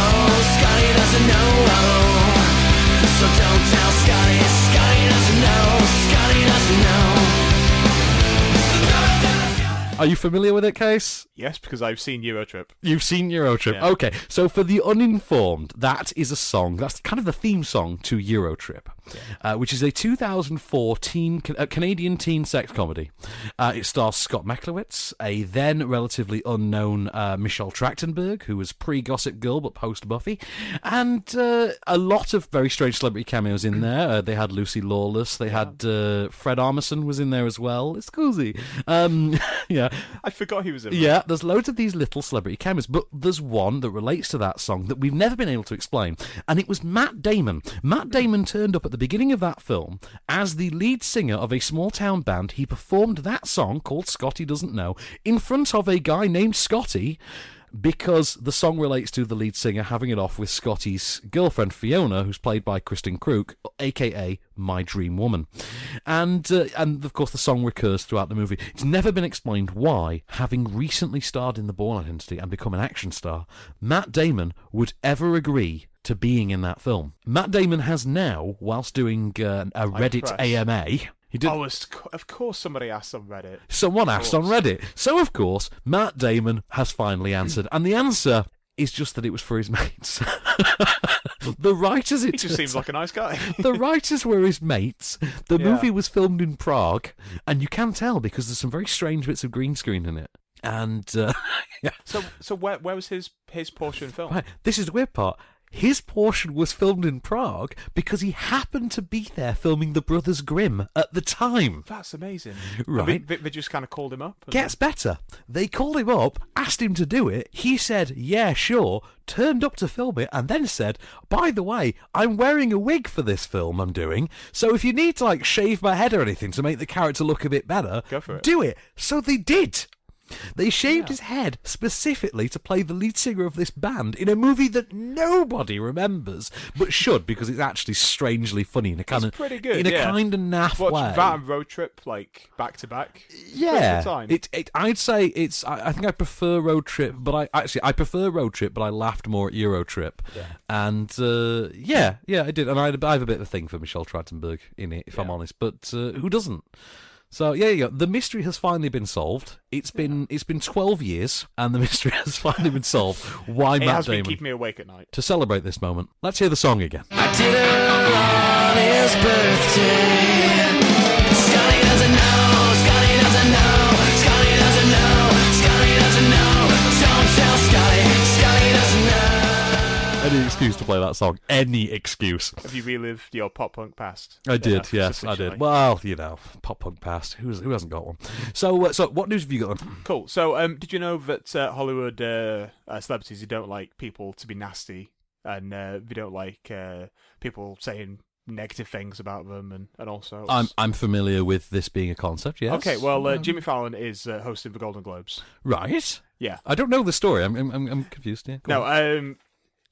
Speaker 15: Oh, Scotty doesn't know. So don't tell Scotty. Scotty doesn't know. Scotty doesn't know.
Speaker 1: Are you familiar with it, Case?
Speaker 2: <laughs> Yes, because I've seen Eurotrip.
Speaker 1: You've seen Eurotrip.
Speaker 2: Yeah.
Speaker 1: Okay, so for the uninformed, that is a song. That's kind of the theme song to Eurotrip, uh, which is a 2004 teen, uh, Canadian teen sex comedy. Uh, it stars Scott Meklowitz, a then relatively unknown uh, Michelle Trachtenberg, who was pre Gossip Girl but post Buffy, and uh, a lot of very strange celebrity cameos in there. Uh, they had Lucy Lawless, they had uh, Fred Armisen was in there as well. It's cozy. Um, <laughs> yeah.
Speaker 2: I forgot he was in.
Speaker 1: Yeah, there's loads of these little celebrity cameos, but there's one that relates to that song that we've never been able to explain, and it was Matt Damon. Matt Damon turned up at the beginning of that film as the lead singer of a small town band. He performed that song called Scotty Doesn't Know in front of a guy named Scotty. Because the song relates to the lead singer having it off with Scotty's girlfriend Fiona, who's played by Kristen Krug, aka My Dream Woman, and uh, and of course the song recurs throughout the movie. It's never been explained why, having recently starred in The Bourne Identity and become an action star, Matt Damon would ever agree to being in that film. Matt Damon has now, whilst doing uh, a Reddit
Speaker 2: press.
Speaker 1: AMA, he did.
Speaker 2: Oh, it's- of course somebody asked on Reddit.
Speaker 1: Someone asked on Reddit. So, of course, Matt Damon has finally answered. And the answer is just that it was for his <laughs> mates. the writers, it
Speaker 2: He just
Speaker 1: turns <laughs>
Speaker 2: seems like a nice guy.
Speaker 1: the writers were his mates. The
Speaker 2: Yeah.
Speaker 1: movie was filmed in Prague, and you can tell because there's some very strange bits of green screen in it. And uh, <laughs> yeah.
Speaker 2: So, so where where was his his portion film?
Speaker 1: Right, this is the weird part. His portion was filmed in Prague because he happened to be there filming The Brothers Grimm at the time.
Speaker 2: That's amazing.
Speaker 1: Right.
Speaker 2: They, they just kind of called him up. and-
Speaker 1: Gets better. They called him up, asked him to do it. He said, yeah, sure. Turned up to film it and then said, by the way, I'm wearing a wig for this film I'm doing. So if you need to like shave my head or anything to make the character look a bit better,
Speaker 2: Go for it.
Speaker 1: do it. So they did. They shaved his head specifically to play the lead singer of this band in a movie that nobody remembers, but should because it's actually strangely funny in a kind of
Speaker 2: Pretty good.
Speaker 1: in a
Speaker 2: yeah.
Speaker 1: kind of naff
Speaker 2: Watch
Speaker 1: way.
Speaker 2: That and road trip like back to back.
Speaker 1: Yeah,
Speaker 2: Good time.
Speaker 1: It, it. I'd say it's. I, I think I prefer Road Trip, but I actually I prefer Road Trip, but I laughed more at Euro Trip.
Speaker 2: Yeah.
Speaker 1: And uh, yeah, yeah, I did. And I, had a- I have a bit of a thing for Michelle Trachtenberg in it, if I'm honest. But uh, who doesn't? So yeah, yeah, the mystery has finally been solved. It's been it's been 12 years, and the <laughs> mystery has finally been solved. Why
Speaker 2: it
Speaker 1: Matt
Speaker 2: has
Speaker 1: Damon?
Speaker 2: been keeping me awake at night.
Speaker 1: To celebrate this moment, let's hear the song again.
Speaker 15: Did her on his birthday. Scotty doesn't know. Scotty doesn't know. Scotty doesn't know. Scotty doesn't know. Don't tell Scotty. Scotty doesn't know.
Speaker 1: Any excuse to play that song? Any excuse?
Speaker 2: Have you relived your pop punk past?
Speaker 1: I did,
Speaker 2: Enough,
Speaker 1: yes, I did.
Speaker 2: sufficiently.
Speaker 1: Well, you know, pop punk past. Who's, who hasn't got one? So, uh, so what news have you got? On?
Speaker 2: Cool. So, um, did you know that uh, Hollywood uh, uh, celebrities who don't like people to be nasty and uh, they don't like uh, people saying negative things about them and, and all sorts?
Speaker 1: I'm I'm familiar with this being a concept. Yes.
Speaker 2: Okay, well, uh,
Speaker 1: Um,
Speaker 2: Jimmy Fallon is uh, hosting the Golden Globes.
Speaker 1: Right.
Speaker 2: Yeah.
Speaker 1: I don't know the story. I'm I'm, I'm- I'm confused. Yeah. go
Speaker 2: No,
Speaker 1: on.
Speaker 2: um,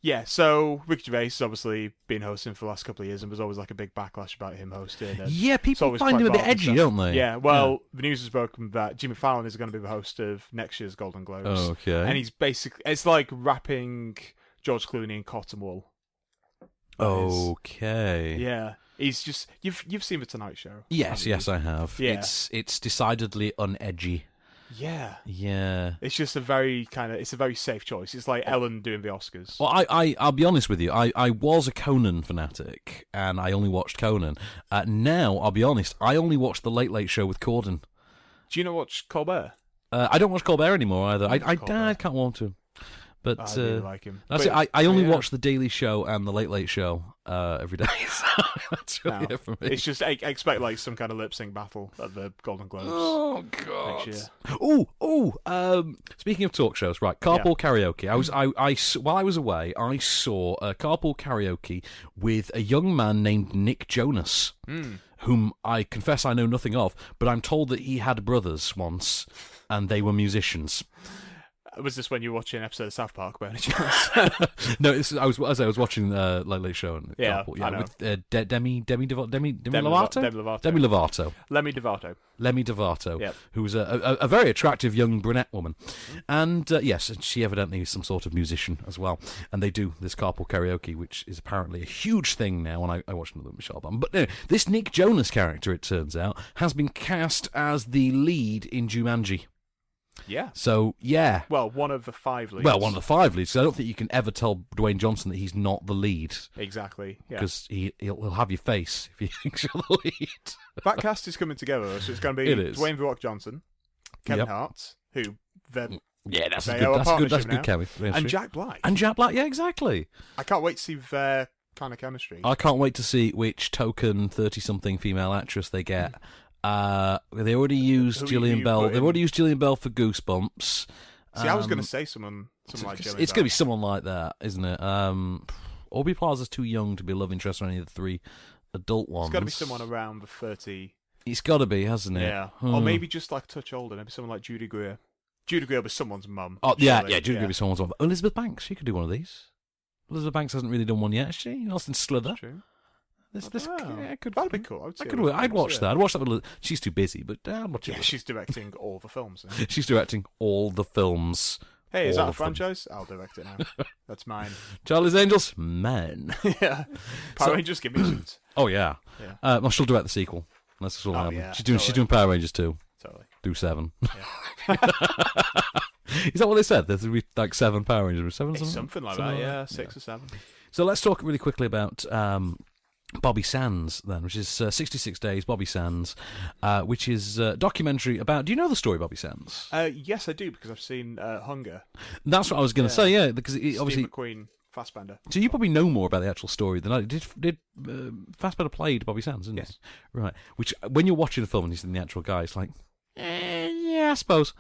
Speaker 2: yeah, so Ricky Gervais has obviously been hosting for the last couple of years and there's always like a big backlash about him hosting. And
Speaker 1: Yeah,
Speaker 2: it's
Speaker 1: people
Speaker 2: always
Speaker 1: find
Speaker 2: quite
Speaker 1: him a bit
Speaker 2: violent and
Speaker 1: edgy,
Speaker 2: stuff.
Speaker 1: don't they?
Speaker 2: Yeah, well, the news has broken that Jimmy Fallon is going to be the host of next year's Golden Globes.
Speaker 1: Okay.
Speaker 2: And he's basically, it's like wrapping George Clooney in cotton wool.
Speaker 1: okay.
Speaker 2: uh, Yeah. He's just, you've you've seen The Tonight Show.
Speaker 1: Yes,
Speaker 2: haven't you?
Speaker 1: yes, I have.
Speaker 2: Yeah.
Speaker 1: It's it's decidedly unedgy.
Speaker 2: Yeah.
Speaker 1: Yeah.
Speaker 2: It's just a very kind of, it's a very safe choice. It's like Ellen doing the Oscars.
Speaker 1: Well, I, I, I'll be honest with you. I, I was a Conan fanatic, and I only watched Conan. Uh, now, I'll be honest, I only watched The Late Late Show with Corden.
Speaker 2: Do you know watch Colbert?
Speaker 1: Uh, I don't watch Colbert anymore either. I, I,
Speaker 2: Colbert.
Speaker 1: I can't want to. But
Speaker 2: I really
Speaker 1: uh,
Speaker 2: like him.
Speaker 1: That's
Speaker 2: But-
Speaker 1: it. I, I only
Speaker 2: yeah.
Speaker 1: watch The Daily Show and The Late Late Show uh, every day. <laughs> So that's really
Speaker 2: No.
Speaker 1: it for me.
Speaker 2: It's just I, I expect like some kind of lip sync battle at the Golden Globes.
Speaker 1: Oh,
Speaker 2: God! Next year.
Speaker 1: Oh, oh. Um, speaking of talk shows, right? Carpool karaoke. I was, I, I s- while I was away, I saw uh, carpool karaoke with a young man named Nick Jonas,
Speaker 2: Hmm.
Speaker 1: whom I confess I know nothing of, but I'm told that he had brothers once, and they were musicians.
Speaker 2: Was this when you were watching an episode of South Park by any chance?
Speaker 1: <laughs> no, it's, I was as I was watching uh, Late Late Show and
Speaker 2: Yeah,
Speaker 1: Carpool,
Speaker 2: I know.
Speaker 1: with uh, De- Demi Demi Devo- Demi Demi,
Speaker 2: Demi Lova-
Speaker 1: Lovato
Speaker 2: Demi Lovato.
Speaker 1: Demi Lovato
Speaker 2: <laughs> Lemmy Devato.
Speaker 1: Lemmy Devato,
Speaker 2: Yep.
Speaker 1: who was a, a, a very attractive young brunette woman.
Speaker 2: Mm-hmm.
Speaker 1: And uh, yes, and she evidently is some sort of musician as well. And they do this carpool karaoke, which is apparently a huge thing now. And I, I watched another Michelle Obama. But no, this Nick Jonas character, it turns out, has been cast as the lead in Jumanji.
Speaker 2: Yeah.
Speaker 1: So, yeah.
Speaker 2: Well, one of the five leads.
Speaker 1: Well, one of the five leads. 'cause I don't think you can ever tell Dwayne Johnson that he's not the lead.
Speaker 2: Exactly.
Speaker 1: <laughs>
Speaker 2: Yeah.
Speaker 1: Because he, he'll, he'll have your face <laughs> if you think you're the lead.
Speaker 2: that cast is coming together, so it's going to be
Speaker 1: It is.
Speaker 2: Dwayne The Rock Johnson, Kevin
Speaker 1: Yep.
Speaker 2: Hart, who then
Speaker 1: Yeah, that's a
Speaker 2: they
Speaker 1: good-
Speaker 2: are
Speaker 1: that's a good-
Speaker 2: partnership
Speaker 1: that's a good
Speaker 2: now,
Speaker 1: chemistry.
Speaker 2: and Jack Black.
Speaker 1: And Jack Black, yeah, exactly.
Speaker 2: I can't wait to see their kind of chemistry.
Speaker 1: I can't wait to see which token thirty-something female actress they get. Uh, they already used
Speaker 2: Hmm. Who
Speaker 1: Gillian
Speaker 2: you
Speaker 1: Bell.
Speaker 2: put
Speaker 1: They've
Speaker 2: in?
Speaker 1: already used Gillian Bell for Goosebumps. See,
Speaker 2: See, I was going to say someone, someone like Gillian
Speaker 1: Um, it's going to be
Speaker 2: Bell.
Speaker 1: someone like that, isn't it? Um, Aubrey Plaza's too young to be a love interest on any of the three adult ones.
Speaker 2: It's got to be someone around the thirty.
Speaker 1: It's got to be, hasn't it?
Speaker 2: Yeah,
Speaker 1: Hmm.
Speaker 2: or maybe just like a touch older. Maybe someone like Judy Greer. Judy Greer was someone's mum.
Speaker 1: Oh yeah,
Speaker 2: surely.
Speaker 1: yeah. Judy Greer be someone's one. Elizabeth Banks, she could do one of these. Elizabeth Banks hasn't really done one yet, has she? Austin Slither. This, this, yeah, it could, That'd be
Speaker 2: cool. I would
Speaker 1: I
Speaker 2: see
Speaker 1: could,
Speaker 2: Elizabeth
Speaker 1: I'd
Speaker 2: Banks,
Speaker 1: watch
Speaker 2: yeah.
Speaker 1: that. I'd watch that. with Liz- She's too busy, but uh, I'd watch it.
Speaker 2: Yeah, she's directing all the films. now.
Speaker 1: <laughs> She's directing all the films.
Speaker 2: Hey, is
Speaker 1: All
Speaker 2: that a
Speaker 1: of them.
Speaker 2: franchise? I'll direct it
Speaker 1: <laughs>
Speaker 2: now. That's mine. <laughs>
Speaker 1: Charlie's Angels? Man.
Speaker 2: yeah. Power Rangers, give
Speaker 1: <clears throat>
Speaker 2: me suits.
Speaker 1: <laughs> oh, yeah.
Speaker 2: Yeah.
Speaker 1: Uh, well, she'll direct the sequel. That's just all I
Speaker 2: Oh, yeah,
Speaker 1: she's, doing, she's doing Power Rangers too.
Speaker 2: Totally.
Speaker 1: Do seven. <laughs> Is that what they said? There's gonna be like seven Power Rangers. Seven,
Speaker 2: It's something like that, yeah. Six or seven.
Speaker 1: So let's talk really quickly about um, Bobby Sands then, which is uh, 66 Days, Bobby Sands, uh, which is a documentary about... Do you know the story, Bobby Sands?
Speaker 2: Uh, yes, I do because I've seen uh, Hunger.
Speaker 1: That's what I was going to say, yeah, because it,
Speaker 2: Steve
Speaker 1: obviously...
Speaker 2: McQueen, Fassbender.
Speaker 1: So you probably know more about the actual story than I did. Did uh, Fassbender played Bobby Sands? Didn't yes. Right. Which uh, when you're watching the film and he's the actual guy, it's like, eh, yeah, I suppose.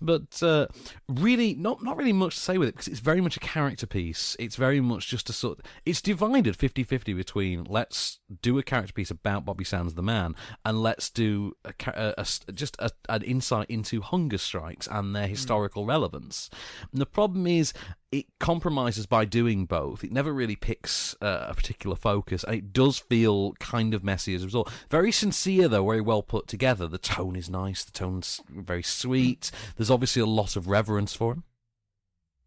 Speaker 1: But uh, really, not not really much to say with it because it's very much a character piece. It's very much just a sort. It's divided 50-50 between let's do a character piece about Bobby Sands the man and let's do a, cha- a- a s- just a, an insight into hunger strikes and their historical relevance. And the problem is it compromises by doing both. It never really picks uh, a particular focus, and it does feel kind of messy as a result. Very sincere though, very well put together. The tone is nice. The tone's very sweet. There's obviously a lot of reverence for him.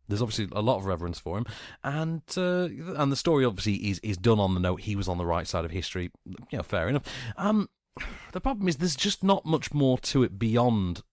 Speaker 1: There's obviously a lot of reverence for him, and uh, and the story obviously is is done on the note he was on the right side of history. You know, fair enough. Um, the problem is there's just not much more to it beyond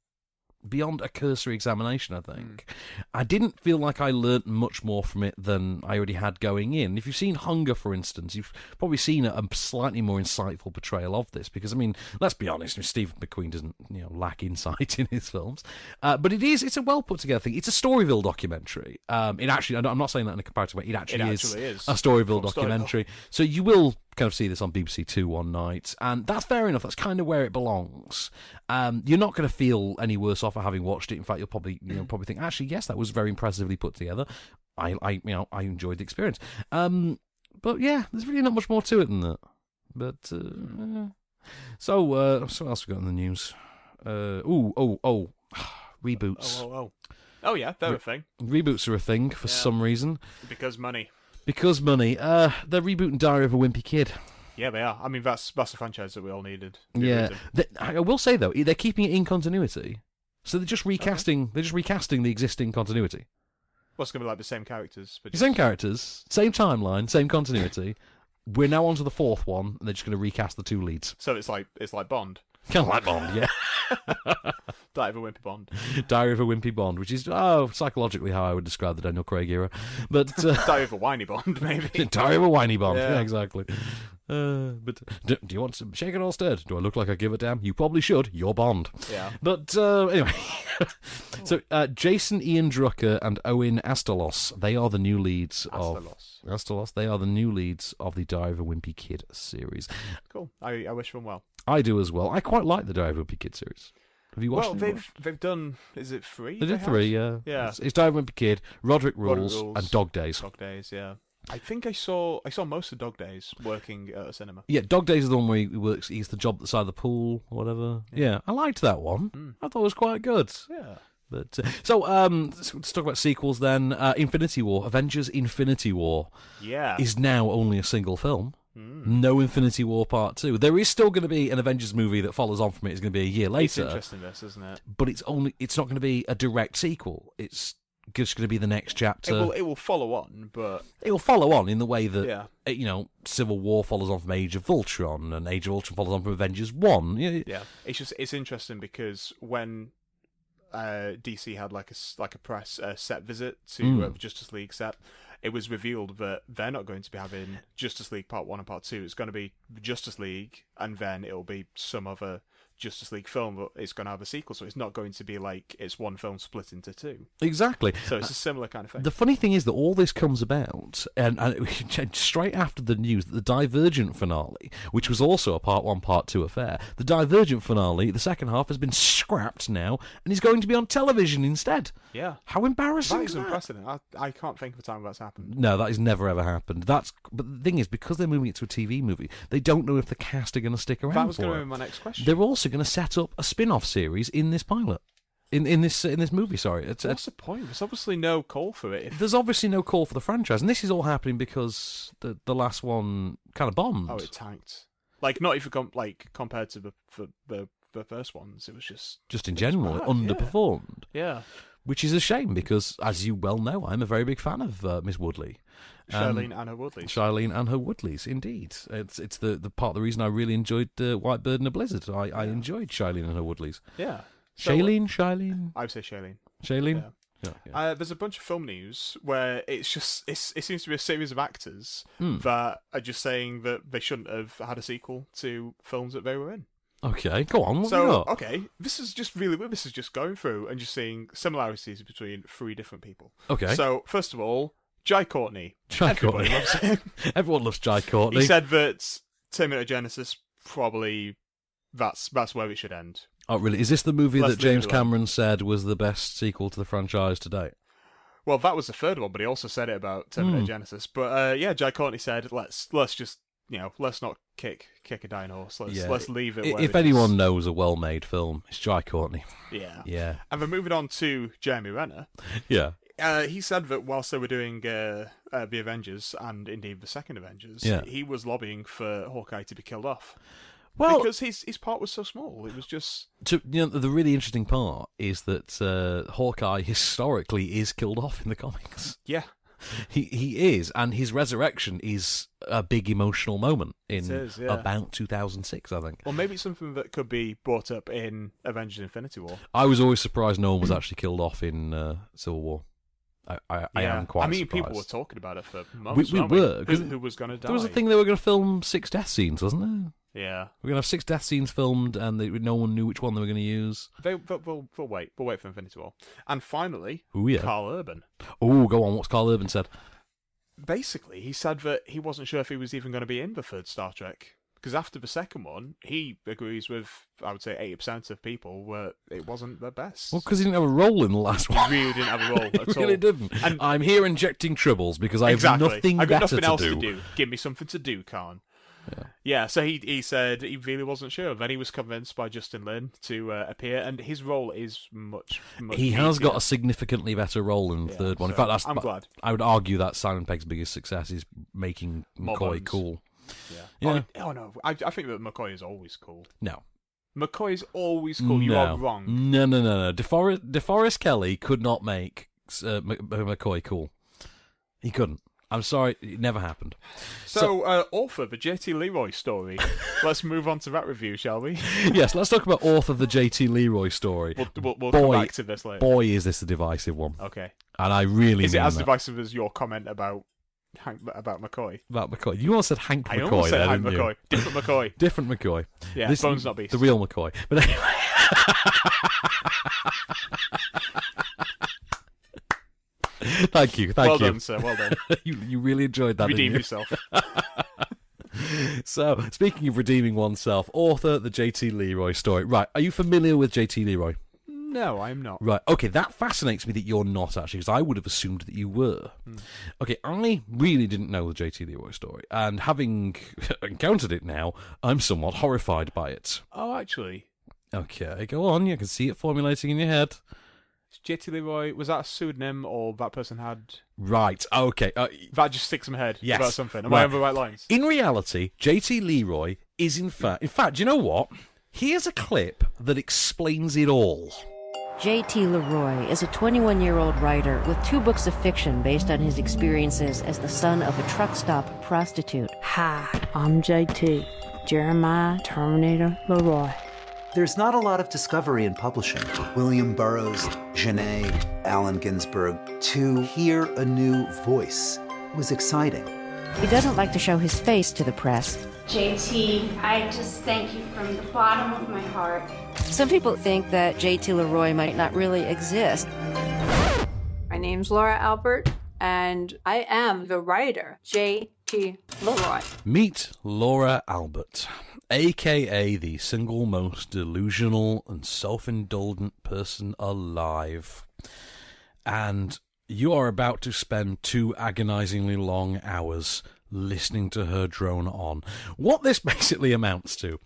Speaker 1: beyond a cursory examination, I think.
Speaker 2: Hmm.
Speaker 1: I didn't feel like I learnt much more from it than I already had going in. If you've seen Hunger, for instance, you've probably seen a, a slightly more insightful portrayal of this because, I mean, let's be honest, Stephen McQueen doesn't you know lack insight <laughs> in his films, uh, but it is it's a well put together thing. It's a Storyville documentary. Um, it actually, I'm not saying that in a comparative way. It actually,
Speaker 2: actually is.
Speaker 1: a Storyville
Speaker 2: From Storyville.
Speaker 1: documentary. So you will kind of see this on BBC Two one night, and that's fair enough. That's kind of where it belongs. Um, you're not going to feel any worse off for having watched it. In fact, you'll probably you know probably think actually yes, that was very impressively put together. I, I you know I enjoyed the experience. Um, but yeah, there's really not much more to it than that. But
Speaker 2: Mm-hmm.
Speaker 1: uh, so uh, so what else we got in the news? Uh, ooh oh oh <sighs> reboots.
Speaker 2: Oh, oh, oh. Oh, yeah, they're a thing.
Speaker 1: Reboots are a thing for some reason.
Speaker 2: Because money.
Speaker 1: Because money. Uh, they're rebooting Diary of a Wimpy Kid.
Speaker 2: Yeah, they are. I mean, that's that's a franchise that we all needed. Good
Speaker 1: yeah,
Speaker 2: reason.
Speaker 1: They- I I will say though, e, they're keeping it in continuity, so they're just recasting. They're just recasting the existing continuity.
Speaker 2: What's going to be like the same characters? But
Speaker 1: Same characters, same timeline, same continuity. We're now on to the fourth one, and they're just going to recast the two leads.
Speaker 2: So it's like it's like Bond.
Speaker 1: Kind of like Bond, yeah. <laughs>
Speaker 2: Dive a wimpy Bond.
Speaker 1: Diary of a Wimpy Bond, which is oh, psychologically how I would describe the Daniel Craig era, but uh,
Speaker 2: Dive of a whiny
Speaker 1: <laughs>
Speaker 2: Bond, <laughs> maybe.
Speaker 1: Diary of a Whiny Bond,
Speaker 2: Yeah.
Speaker 1: yeah, <laughs> exactly. Uh, but do, do you want some shake it all stirred? Do I look like I give a damn? You probably should. You're Bond.
Speaker 2: Yeah.
Speaker 1: But uh, anyway, <laughs> so uh, Jason Ian Drucker and Owen Astolos, they are the new leads of Astolos. They are the new leads of the Diary of a Wimpy Kid series.
Speaker 2: Cool. I, I wish them well.
Speaker 1: I do as well. I quite like the Diary of a Wimpy Kid series. Have you watched?
Speaker 2: well,
Speaker 1: it?
Speaker 2: they've they've done. Is it three?
Speaker 1: They did
Speaker 2: have?
Speaker 1: three. Yeah.
Speaker 2: Yeah.
Speaker 1: It's, it's Diary of a Wimpy Kid, Roderick
Speaker 2: Roderick
Speaker 1: Rules,
Speaker 2: Rules.
Speaker 1: and Dog Days.
Speaker 2: Dog Days. Yeah. I think I saw I saw most of Dog Days working at a cinema.
Speaker 1: Yeah, Dog Days is the one where he works. He's the job at the side of the pool or whatever. Yeah, I liked that one. I thought it was quite good.
Speaker 2: Hmm. Yeah.
Speaker 1: But uh, so um, let's, let's talk about sequels then. Uh, Infinity War, Avengers: Infinity War,
Speaker 2: Yeah.
Speaker 1: is now only a single film.
Speaker 2: Hmm.
Speaker 1: No Infinity War Part Two. There is still going to be an Avengers movie that follows on from it. It's going to be a year
Speaker 2: It's
Speaker 1: later,
Speaker 2: interesting, this isn't it?
Speaker 1: but it's only it's not going to be a direct sequel. It's just going to be the next chapter.
Speaker 2: It will, it will follow on, but
Speaker 1: It will follow on in the way that
Speaker 2: Yeah.
Speaker 1: uh, you know Civil War follows on from Age of Ultron, and Age of Ultron follows on from Avengers One. Yeah,
Speaker 2: yeah, it's just it's interesting because when uh, DC had like a s- like a press uh, set visit to
Speaker 1: Mm.
Speaker 2: uh, Justice League set, it was revealed that they're not going to be having Justice League Part One and Part Two. It's going to be Justice League, and then it'll be some other Justice League film, but it's going to have a sequel, so it's not going to be like it's one film split into two.
Speaker 1: exactly.
Speaker 2: So it's a similar kind of thing.
Speaker 1: The funny thing is that all this comes about, and, and <laughs> straight after the news that the Divergent finale, which was also a part one, part two affair, the Divergent finale, the second half has been scrapped now, and is going to be on television instead.
Speaker 2: yeah,
Speaker 1: How embarrassing!
Speaker 2: that is
Speaker 1: is that?
Speaker 2: unprecedented. I, I can't think of a time that's happened.
Speaker 1: No, that has never ever happened. That's but the thing is because they're moving it to a TV movie, they don't know if the cast are going to stick around.
Speaker 2: That was
Speaker 1: going
Speaker 2: gonna
Speaker 1: to
Speaker 2: be my next question.
Speaker 1: They're also going to set up a spin-off series in this pilot, in in this in this movie. Sorry, it's,
Speaker 2: What's
Speaker 1: it's,
Speaker 2: the point? There's obviously no call for it. If,
Speaker 1: there's obviously no call for the franchise, and this is all happening because the the last one kind of bombed.
Speaker 2: oh, it tanked. Like not even com- like compared to the the, the the first ones. It was just
Speaker 1: just in general, it
Speaker 2: bad, yeah.
Speaker 1: underperformed,
Speaker 2: yeah.
Speaker 1: which is a shame because, as you well know, I'm a very big fan of uh, Miss Woodley. Um,
Speaker 2: Charlene and her Woodley.
Speaker 1: Charlene and her Woodleys, indeed. It's it's the, the part of the reason I really enjoyed uh, White Bird and a Blizzard. I, I enjoyed Charlene and her Woodleys.
Speaker 2: yeah. So- uh,
Speaker 1: Shailene, Shailene,
Speaker 2: I would say Shailene.
Speaker 1: Shailene. Yeah, yeah.
Speaker 2: Uh, there's a bunch of film news where it's just it's, it seems to be a series of actors
Speaker 1: Hmm.
Speaker 2: that are just saying that they shouldn't have had a sequel to films that they were in.
Speaker 1: Okay, go on. What have you
Speaker 2: so uh,
Speaker 1: got?
Speaker 2: okay, this is just really weird. This is just going through and just seeing similarities between three different people.
Speaker 1: Okay.
Speaker 2: So first of all, Jai Courtney.
Speaker 1: Jai
Speaker 2: Everybody
Speaker 1: Courtney.
Speaker 2: loves him.
Speaker 1: <laughs> Everyone loves Jai Courtney.
Speaker 2: He said that Terminator Genesis probably that's that's where it should end.
Speaker 1: oh, really? Is this the movie
Speaker 2: Let's
Speaker 1: that James
Speaker 2: leave it alone.
Speaker 1: Cameron said was the best sequel to the franchise to date?
Speaker 2: Well, that was the third one, but he also said it about Terminator
Speaker 1: Hmm.
Speaker 2: Genesis. But uh, yeah, Jai Courtney said, "Let's let's just you know let's not kick kick a dying horse. Let's let's leave it."
Speaker 1: I-
Speaker 2: where
Speaker 1: If
Speaker 2: it
Speaker 1: anyone
Speaker 2: is."
Speaker 1: knows a well made film, it's Jai Courtney.
Speaker 2: yeah,
Speaker 1: Yeah.
Speaker 2: And then moving on to Jeremy Renner,
Speaker 1: <laughs> Yeah.
Speaker 2: uh, he said that whilst they were doing uh, uh, the Avengers and indeed the second Avengers,
Speaker 1: Yeah.
Speaker 2: he was lobbying for Hawkeye to be killed off.
Speaker 1: Well-
Speaker 2: because his his part was so small, it was just
Speaker 1: To, you know, the really interesting part is that uh, Hawkeye historically is killed off in the comics. <laughs>
Speaker 2: yeah.
Speaker 1: He he is, and his resurrection is a big emotional moment in
Speaker 2: It is, yeah.
Speaker 1: about 2006, I think.
Speaker 2: Or maybe it's something that could be brought up in Avengers: Infinity War.
Speaker 1: I was always surprised no one was actually killed off in uh, Civil War. I, I, I
Speaker 2: Yeah.
Speaker 1: am quite.
Speaker 2: I mean, people
Speaker 1: surprised.
Speaker 2: were talking about it for
Speaker 1: We,
Speaker 2: months.
Speaker 1: we
Speaker 2: weren't we?
Speaker 1: were. 'cause
Speaker 2: Who, who was going to die?
Speaker 1: There was a thing they were going to film six death scenes, wasn't there?
Speaker 2: Yeah.
Speaker 1: We are going to have six death scenes filmed, and they, no one knew which one they were going to use.
Speaker 2: They, they'll, they'll, they'll wait. We'll wait for Infinity War. And finally,
Speaker 1: Ooh, yeah.
Speaker 2: Carl Urban.
Speaker 1: Oh, go on. What's Carl Urban said?
Speaker 2: Basically, he said that he wasn't sure if he was even going to be in the third Star Trek. Because after the second one, he agrees with, I would say, 80% of people where it wasn't the best.
Speaker 1: Well, because he didn't have a role in the last <laughs>
Speaker 2: He
Speaker 1: one.
Speaker 2: really didn't have a role
Speaker 1: <laughs> He
Speaker 2: at all.
Speaker 1: really didn't.
Speaker 2: And-
Speaker 1: I'm here injecting tribbles because I have
Speaker 2: exactly.
Speaker 1: nothing
Speaker 2: I've got
Speaker 1: better
Speaker 2: nothing else
Speaker 1: to do.
Speaker 2: Give me something to do, Khan. Yeah. so he he said he really wasn't sure. Then he was convinced by Justin Lin to uh, appear, and his role is much. much
Speaker 1: He has
Speaker 2: meatier.
Speaker 1: got a significantly better role in the
Speaker 2: Yeah,
Speaker 1: third one. In
Speaker 2: so
Speaker 1: fact, that's,
Speaker 2: I'm glad.
Speaker 1: I would argue that Simon Pegg's biggest success is making
Speaker 2: More
Speaker 1: McCoy
Speaker 2: bones.
Speaker 1: cool.
Speaker 2: Yeah.
Speaker 1: Yeah.
Speaker 2: Oh, oh no, I, I think that McCoy is always cool.
Speaker 1: No.
Speaker 2: McCoy is always cool. You
Speaker 1: no. Mm.
Speaker 2: are wrong.
Speaker 1: No, no, no, no. DeForest, DeForest Kelly could not make uh, M- M- McCoy cool. He couldn't. I'm sorry, it never happened. <laughs>
Speaker 2: So, uh, author the JT Leroy story. Let's move on to that review, shall we?
Speaker 1: yes, let's talk about author the JT Leroy story.
Speaker 2: We'll- we'll- we'll come
Speaker 1: boy,
Speaker 2: back to this later.
Speaker 1: Boy, is this a divisive one.
Speaker 2: Okay.
Speaker 1: And I really
Speaker 2: Is it
Speaker 1: mean
Speaker 2: as
Speaker 1: that.
Speaker 2: divisive as your comment about Hank, about McCoy?
Speaker 1: about McCoy. You almost said Hank McCoy.
Speaker 2: I almost said
Speaker 1: there,
Speaker 2: Hank
Speaker 1: didn't you?
Speaker 2: McCoy. Different McCoy.
Speaker 1: Different McCoy.
Speaker 2: Yeah, Bones Not Beast.
Speaker 1: The real McCoy. But anyway. <laughs> thank you, <laughs> thank
Speaker 2: Well
Speaker 1: you.
Speaker 2: done, sir, well done.
Speaker 1: <laughs> you, you really enjoyed that.
Speaker 2: Redeem
Speaker 1: didn't
Speaker 2: yourself.
Speaker 1: you? So, speaking of redeeming oneself, author the JT Leroy story. Right, are you familiar with JT Leroy?
Speaker 2: No, I'm not.
Speaker 1: Right. Okay, that fascinates me that you're not actually, because I would have assumed that you were. Okay, I really didn't know the J.T. Leroy story, and having <laughs> encountered it now, I'm somewhat horrified by it.
Speaker 2: Oh, actually,
Speaker 1: Okay, go on. You can see it formulating in your head.
Speaker 2: Jitty Leroy, was that a pseudonym or that person had.
Speaker 1: Right. Okay. Uh,
Speaker 2: That just sticks in my head
Speaker 1: yes.
Speaker 2: about something. Am
Speaker 1: Right.
Speaker 2: I on the right lines?
Speaker 1: In reality, JT Leroy is in fact. In fact, do you know what? Here's a clip that explains it all.
Speaker 16: JT Leroy is a 21 year old writer with two books of fiction based on his experiences as the son of a truck stop prostitute.
Speaker 17: Hi, I'm JT, Jeremiah Terminator Leroy.
Speaker 18: There's not a lot of discovery in publishing. William Burroughs, Genet, Allen Ginsberg. To hear a new voice was exciting.
Speaker 16: He doesn't like to show his face to the press.
Speaker 19: JT, I just thank you from the bottom of my heart.
Speaker 16: Some people think that JT Leroy might not really exist.
Speaker 20: My name's Laura Albert, and I am the writer, J.T. Leroy.
Speaker 1: Meet Laura Albert, aka the single most delusional and self indulgent person alive. And you are about to spend two agonizingly long hours listening to her drone on. What this <laughs> basically amounts to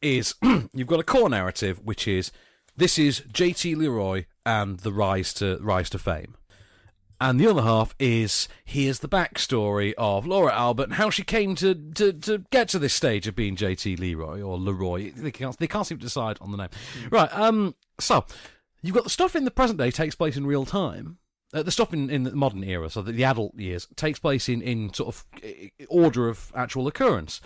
Speaker 1: is <clears throat> you've got a core narrative, which is this is JT Leroy and the rise to rise to fame. And the other half is here's the backstory of Laura Albert and how she came to, to, to get to this stage of being JT Leroy or Leroy. They can't, they can't seem to decide on the name. Right, um, so you've got the stuff in the present day takes place in real time. Uh, the stuff in, in the modern era, so the, the adult years, takes place in, in sort of eh, order of actual occurrence.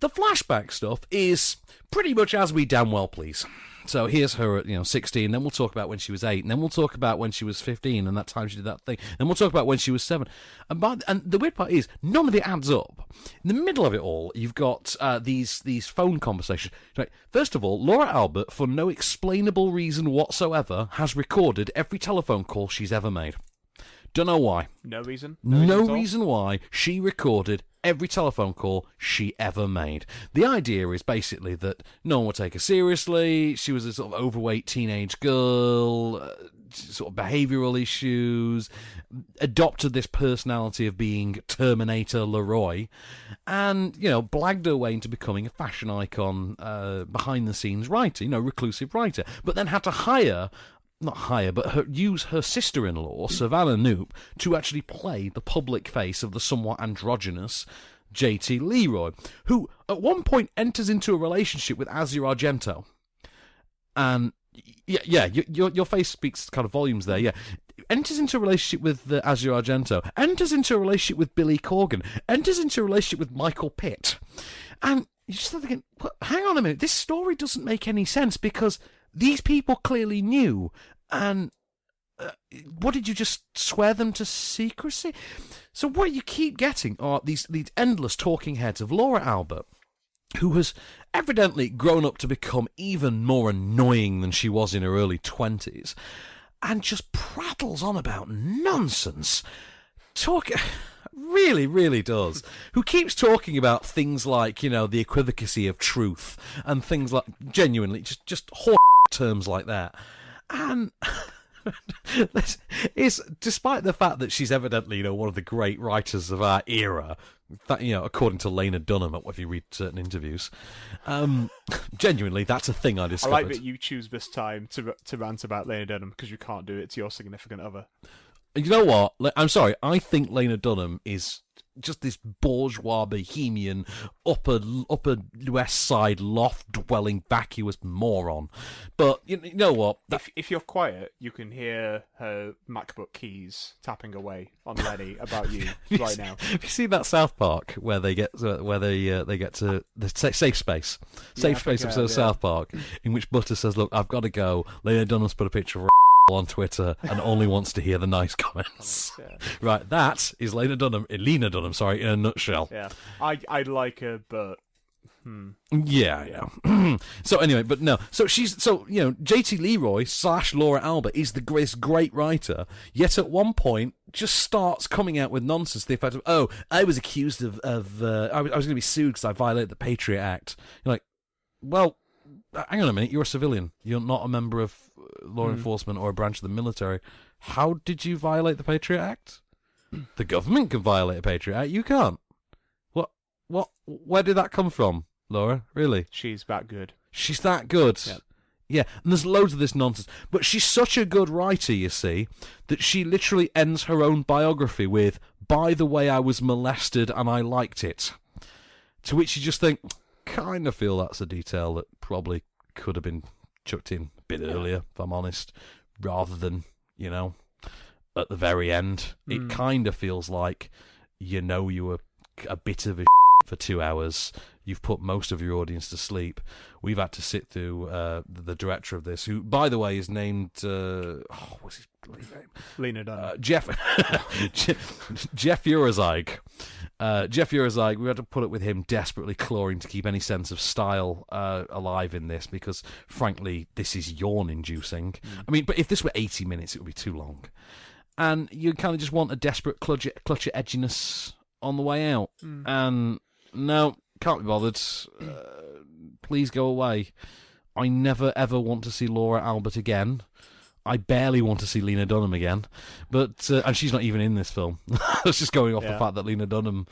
Speaker 1: The flashback stuff is pretty much as we damn well please. So here's her at you know 16. Then we'll talk about when she was eight. And then we'll talk about when she was 15 and that time she did that thing. Then we'll talk about when she was seven. And by, and the weird part is none of it adds up. In the middle of it all, you've got uh, these these phone conversations. Right. First of all, Laura Albert, for no explainable reason whatsoever, has recorded every telephone call she's ever made. Don't know why.
Speaker 2: No reason?
Speaker 1: No
Speaker 2: at all?
Speaker 1: reason why she recorded every telephone call she ever made. The idea is basically that no one would take her seriously. She was a sort of overweight teenage girl, uh, sort of behavioural issues, adopted this personality of being Terminator Leroy, and, you know, blagged her way into becoming a fashion icon, uh, behind the scenes writer, you know, reclusive writer, but then had to hire not hire, but her, use her sister-in-law Savannah Noop to actually play the public face of the somewhat androgynous J.T. Leroy, who at one point enters into a relationship with Azir Argento, and yeah, yeah, your your, your face speaks kind of volumes there. Yeah, enters into a relationship with uh, Azir Argento, enters into a relationship with Billy Corgan, enters into a relationship with Michael Pitt, and you're just thinking, "What- hang on a minute, this story doesn't make any sense because these people clearly knew, and uh, what did you just swear them to secrecy? So what you keep getting are these these endless talking heads of Laura Albert who has evidently grown up to become even more annoying than she was in her early 20s and just prattles on about nonsense talk really really does who keeps talking about things like you know the equivocacy of truth and things like genuinely just just whore terms like that and <laughs> this is despite the fact that she's evidently you know one of the great writers of our era that you know according to Lena Dunham if you read certain interviews um <laughs> genuinely that's a thing I
Speaker 2: I
Speaker 1: discovered
Speaker 2: like that you choose this time to to rant about Lena Dunham because you can't do it to your significant other.
Speaker 1: You know what? Le- I'm sorry. I think Lena Dunham is just this bourgeois bohemian upper upper west side loft dwelling vacuous moron. But you, you know what?
Speaker 2: If, if you're quiet, you can hear her MacBook keys tapping away on Lenny about you
Speaker 1: <laughs>
Speaker 2: right now.
Speaker 1: <laughs> Have you seen that South Park where they get where they uh, they get to the sa- safe space,
Speaker 2: Yeah,
Speaker 1: safe
Speaker 2: I
Speaker 1: space
Speaker 2: think I
Speaker 1: episode of
Speaker 2: have, yeah.
Speaker 1: South Park, in which Butter says, "Look, I've got to go." Lena Dunham's put a picture of her <laughs> on Twitter and only wants to hear the nice
Speaker 2: <laughs>
Speaker 1: comments.
Speaker 2: Oh,
Speaker 1: right, that is Lena Dunham, Lena Dunham, sorry, in a nutshell.
Speaker 2: Yeah, I I like her, but hmm.
Speaker 1: Yeah, yeah. <clears throat> so anyway, but no. So she's so you know JT Leroy slash Laura Albert is the greatest great writer. Yet at one point, just starts coming out with nonsense. to The effect of, "Oh, I was accused of of uh, I was, I was going to be sued because I violated the Patriot Act." You're like, well, uh, hang on a minute. You're a civilian. You're not a member of uh, law
Speaker 2: Hmm.
Speaker 1: enforcement or a branch of the military. How did you violate the Patriot Act? the government can violate a Patriot Act. You can't. What? What? Where did that come from, Laura? Really?
Speaker 2: She's that good.
Speaker 1: She's that good. Yeah, and there's loads of this nonsense. But she's such a good writer, you see, that she literally ends her own biography with, By the way, I was molested and I liked it. To which you just think, kind of feel that's a detail that probably could have been chucked in a bit earlier, if I'm honest, rather than, you know, at the very end.
Speaker 15: Mm.
Speaker 1: It kind of feels like you know you were a bit of a for two hours. You've put most of your audience to sleep. We've had to sit through uh, the director of this, who, by the way, is named. Uh, oh, what's his bloody name?
Speaker 2: Lena Dunham.
Speaker 1: Uh, Jeff <laughs> Je- Jeff Urazig. Uh, Jeff Urazig, we had to put up with him desperately clawing to keep any sense of style uh, alive in this because, frankly, this is yawn inducing. I mean, but if this were 80 minutes, it would be too long. And you kind of just want a desperate clutch, clutch at edginess on the way out.
Speaker 15: Mm.
Speaker 1: And no, can't be bothered. Uh, please go away. I never ever want to see Laura Albert again. I barely want to see Lena Dunham again, but uh, and she's not even in this film. <laughs> That's just going off
Speaker 15: Yeah.
Speaker 1: the fact that Lena Dunham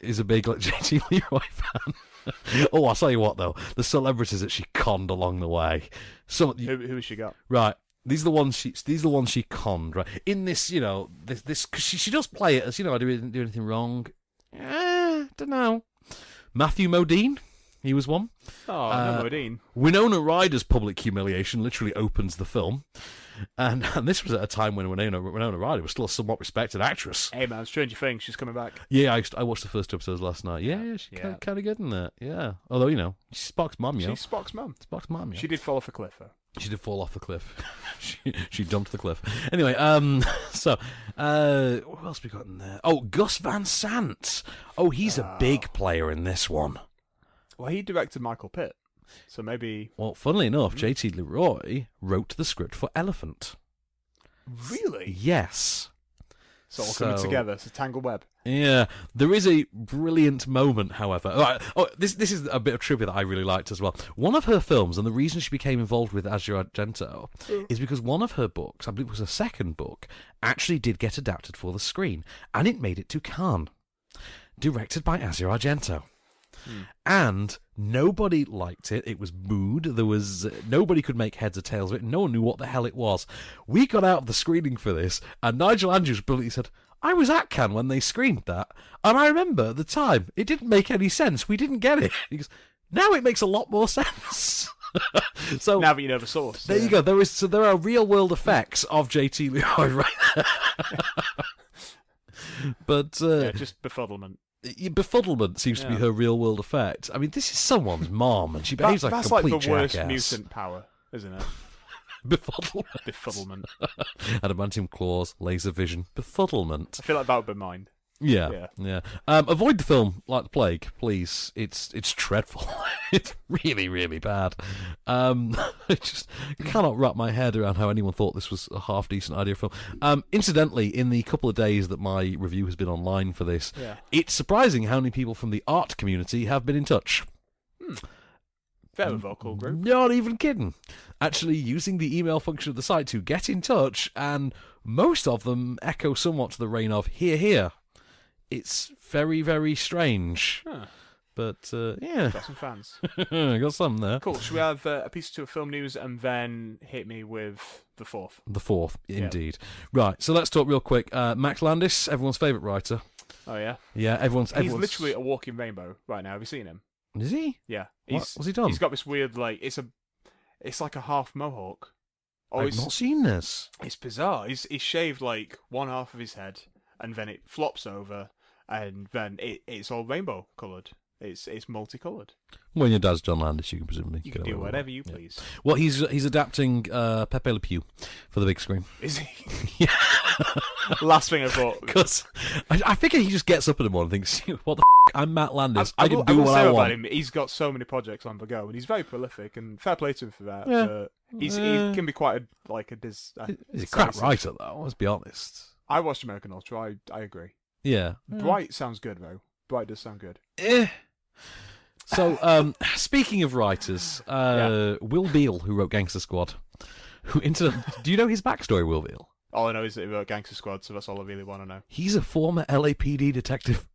Speaker 1: is a big like <laughs> JT Leroy fan. <laughs> oh, I'll tell you what though, the celebrities that she conned along the way. Some
Speaker 2: Who, who has she got?
Speaker 1: Right. These are the ones she. These are the ones she conned. Right. In this, you know, this this cause she she does play it as you know. I didn't do anything wrong. Eh, don't know. Matthew Modine, he was one.
Speaker 2: Oh,
Speaker 1: uh,
Speaker 2: no, Modine.
Speaker 1: Winona Ryder's public humiliation literally opens the film, and and this was at a time when Winona Winona Ryder was still a somewhat respected actress.
Speaker 2: Hey man, Stranger Things, she's coming back.
Speaker 1: Yeah, I, used- I watched the first two episodes last night. Yeah, yeah, she's
Speaker 2: Yeah.
Speaker 1: kind of good in that. Yeah, although you know, she's Spock's mum, yeah.
Speaker 2: She's Spock's mum.
Speaker 1: Spock's mum. Yeah.
Speaker 2: She did fall off a cliff though.
Speaker 1: She did fall off the cliff. <laughs> she she dumped the cliff. Anyway, um, <laughs> so uh, what else we got in there? Oh, Gus Van Sant. Oh, he's a big player in this one.
Speaker 2: Well, he directed Michael Pitt, so maybe
Speaker 1: Well, funnily enough, J.T. Leroy wrote the script for Elephant.
Speaker 2: really
Speaker 1: Yes.
Speaker 2: it's all coming
Speaker 1: So-
Speaker 2: together. It's a tangled web.
Speaker 1: Yeah, there is a brilliant moment, however. All right, Oh, this this is a bit of trivia that I really liked as well. One of her films, and the reason she became involved with Azure Argento, is because one of her books, I believe it was her second book, actually did get adapted for the screen, and it made it to Cannes, directed by Azure Argento.
Speaker 2: Hmm.
Speaker 1: And nobody liked it. It was booed. There was nobody could make heads or tails of it. No one knew what the hell it was. We got out of the screening for this, and Nigel Andrews brilliantly said, "I was at Cannes when they screened that, and I remember at the time it didn't make any sense. We didn't get it." He goes, "Now it makes a lot more <laughs> sense." so
Speaker 2: now that you know the source,
Speaker 1: Oh. There you go. There is so there are real world effects of JT Leroy right <laughs> there. but uh,
Speaker 2: yeah, just befuddlement.
Speaker 1: y- befuddlement seems to be
Speaker 2: Yeah.
Speaker 1: her real world effect. I mean, this is someone's mom, and she
Speaker 2: That-
Speaker 1: behaves like
Speaker 2: that's
Speaker 1: a complete
Speaker 2: like the worst
Speaker 1: jackass.
Speaker 2: mutant power, isn't it?
Speaker 1: <laughs> Befuddlement.
Speaker 2: Befuddlement.
Speaker 1: Adamantium claws, laser vision, befuddlement.
Speaker 2: I feel like that would be mine.
Speaker 1: Yeah,
Speaker 2: Yeah.
Speaker 1: yeah. Um, avoid the film like the plague, please. It's it's dreadful. <laughs> it's really really bad. Um, <laughs> I just cannot wrap my head around how anyone thought this was a half decent idea film. Um, incidentally, in the couple of days that my review has been online for this,
Speaker 2: Yeah.
Speaker 1: it's surprising how many people from the art community have been in touch. Mm.
Speaker 2: Very vocal group.
Speaker 1: Not even kidding. Actually, using the email function of the site to get in touch, and most of them echo somewhat to the reign of "here, here." It's very, very strange,
Speaker 2: Huh.
Speaker 1: but uh, yeah, <laughs>
Speaker 2: Got some fans.
Speaker 1: got some there.
Speaker 2: Cool. Should we have uh, a piece or two of film news and then hit me with the fourth?
Speaker 1: The fourth, indeed. Right, so let's talk real quick. Uh, Max Landis, everyone's favourite writer.
Speaker 2: Oh yeah.
Speaker 1: Yeah, everyone's.
Speaker 2: He's
Speaker 1: everyone's
Speaker 2: literally a walking rainbow right now. Have you seen him?
Speaker 1: Is he?
Speaker 2: Yeah.
Speaker 1: What-
Speaker 2: He's,
Speaker 1: what's he done?
Speaker 2: He's got this weird like it's a, it's like a half mohawk. Oh,
Speaker 1: I've
Speaker 2: it's
Speaker 1: not seen this.
Speaker 2: it's bizarre. He's he's shaved like one half of his head, and then it flops over, and then it, it's all rainbow coloured. It's it's multicoloured.
Speaker 1: When your dad's John Landis, you can presumably
Speaker 2: You
Speaker 1: get
Speaker 2: can
Speaker 1: away
Speaker 2: do
Speaker 1: with it.
Speaker 2: whatever you please.
Speaker 1: Well, he's he's adapting uh, Pepe Le Pew for the big screen.
Speaker 2: Is
Speaker 1: <laughs>
Speaker 2: he? <laughs> Last thing I thought.
Speaker 1: Because <laughs> I, I figure he just gets up in the morning and thinks, <laughs> "What the f- I'm Matt Landis. I,
Speaker 2: will-
Speaker 1: can do
Speaker 2: will
Speaker 1: what
Speaker 2: say
Speaker 1: I
Speaker 2: about
Speaker 1: want."
Speaker 2: him, he's got so many projects on the go, and he's very prolific. And fair play to him for that.
Speaker 1: Yeah.
Speaker 2: But he's,
Speaker 1: Yeah.
Speaker 2: he can be quite a, like a dis. a
Speaker 1: He's a crap
Speaker 2: decisive-
Speaker 1: writer, though. Let's be honest.
Speaker 2: I watched American Ultra. I, I agree.
Speaker 1: Yeah.
Speaker 2: Bright sounds good though. Bright does sound good.
Speaker 1: Eh. So, um, speaking of writers, uh, Will Beale, who wrote Gangster Squad, who incident, do you know his backstory? Will Beale?
Speaker 2: All I know is that he wrote Gangster Squad, so that's all I really want to know.
Speaker 1: He's a former LAPD detective.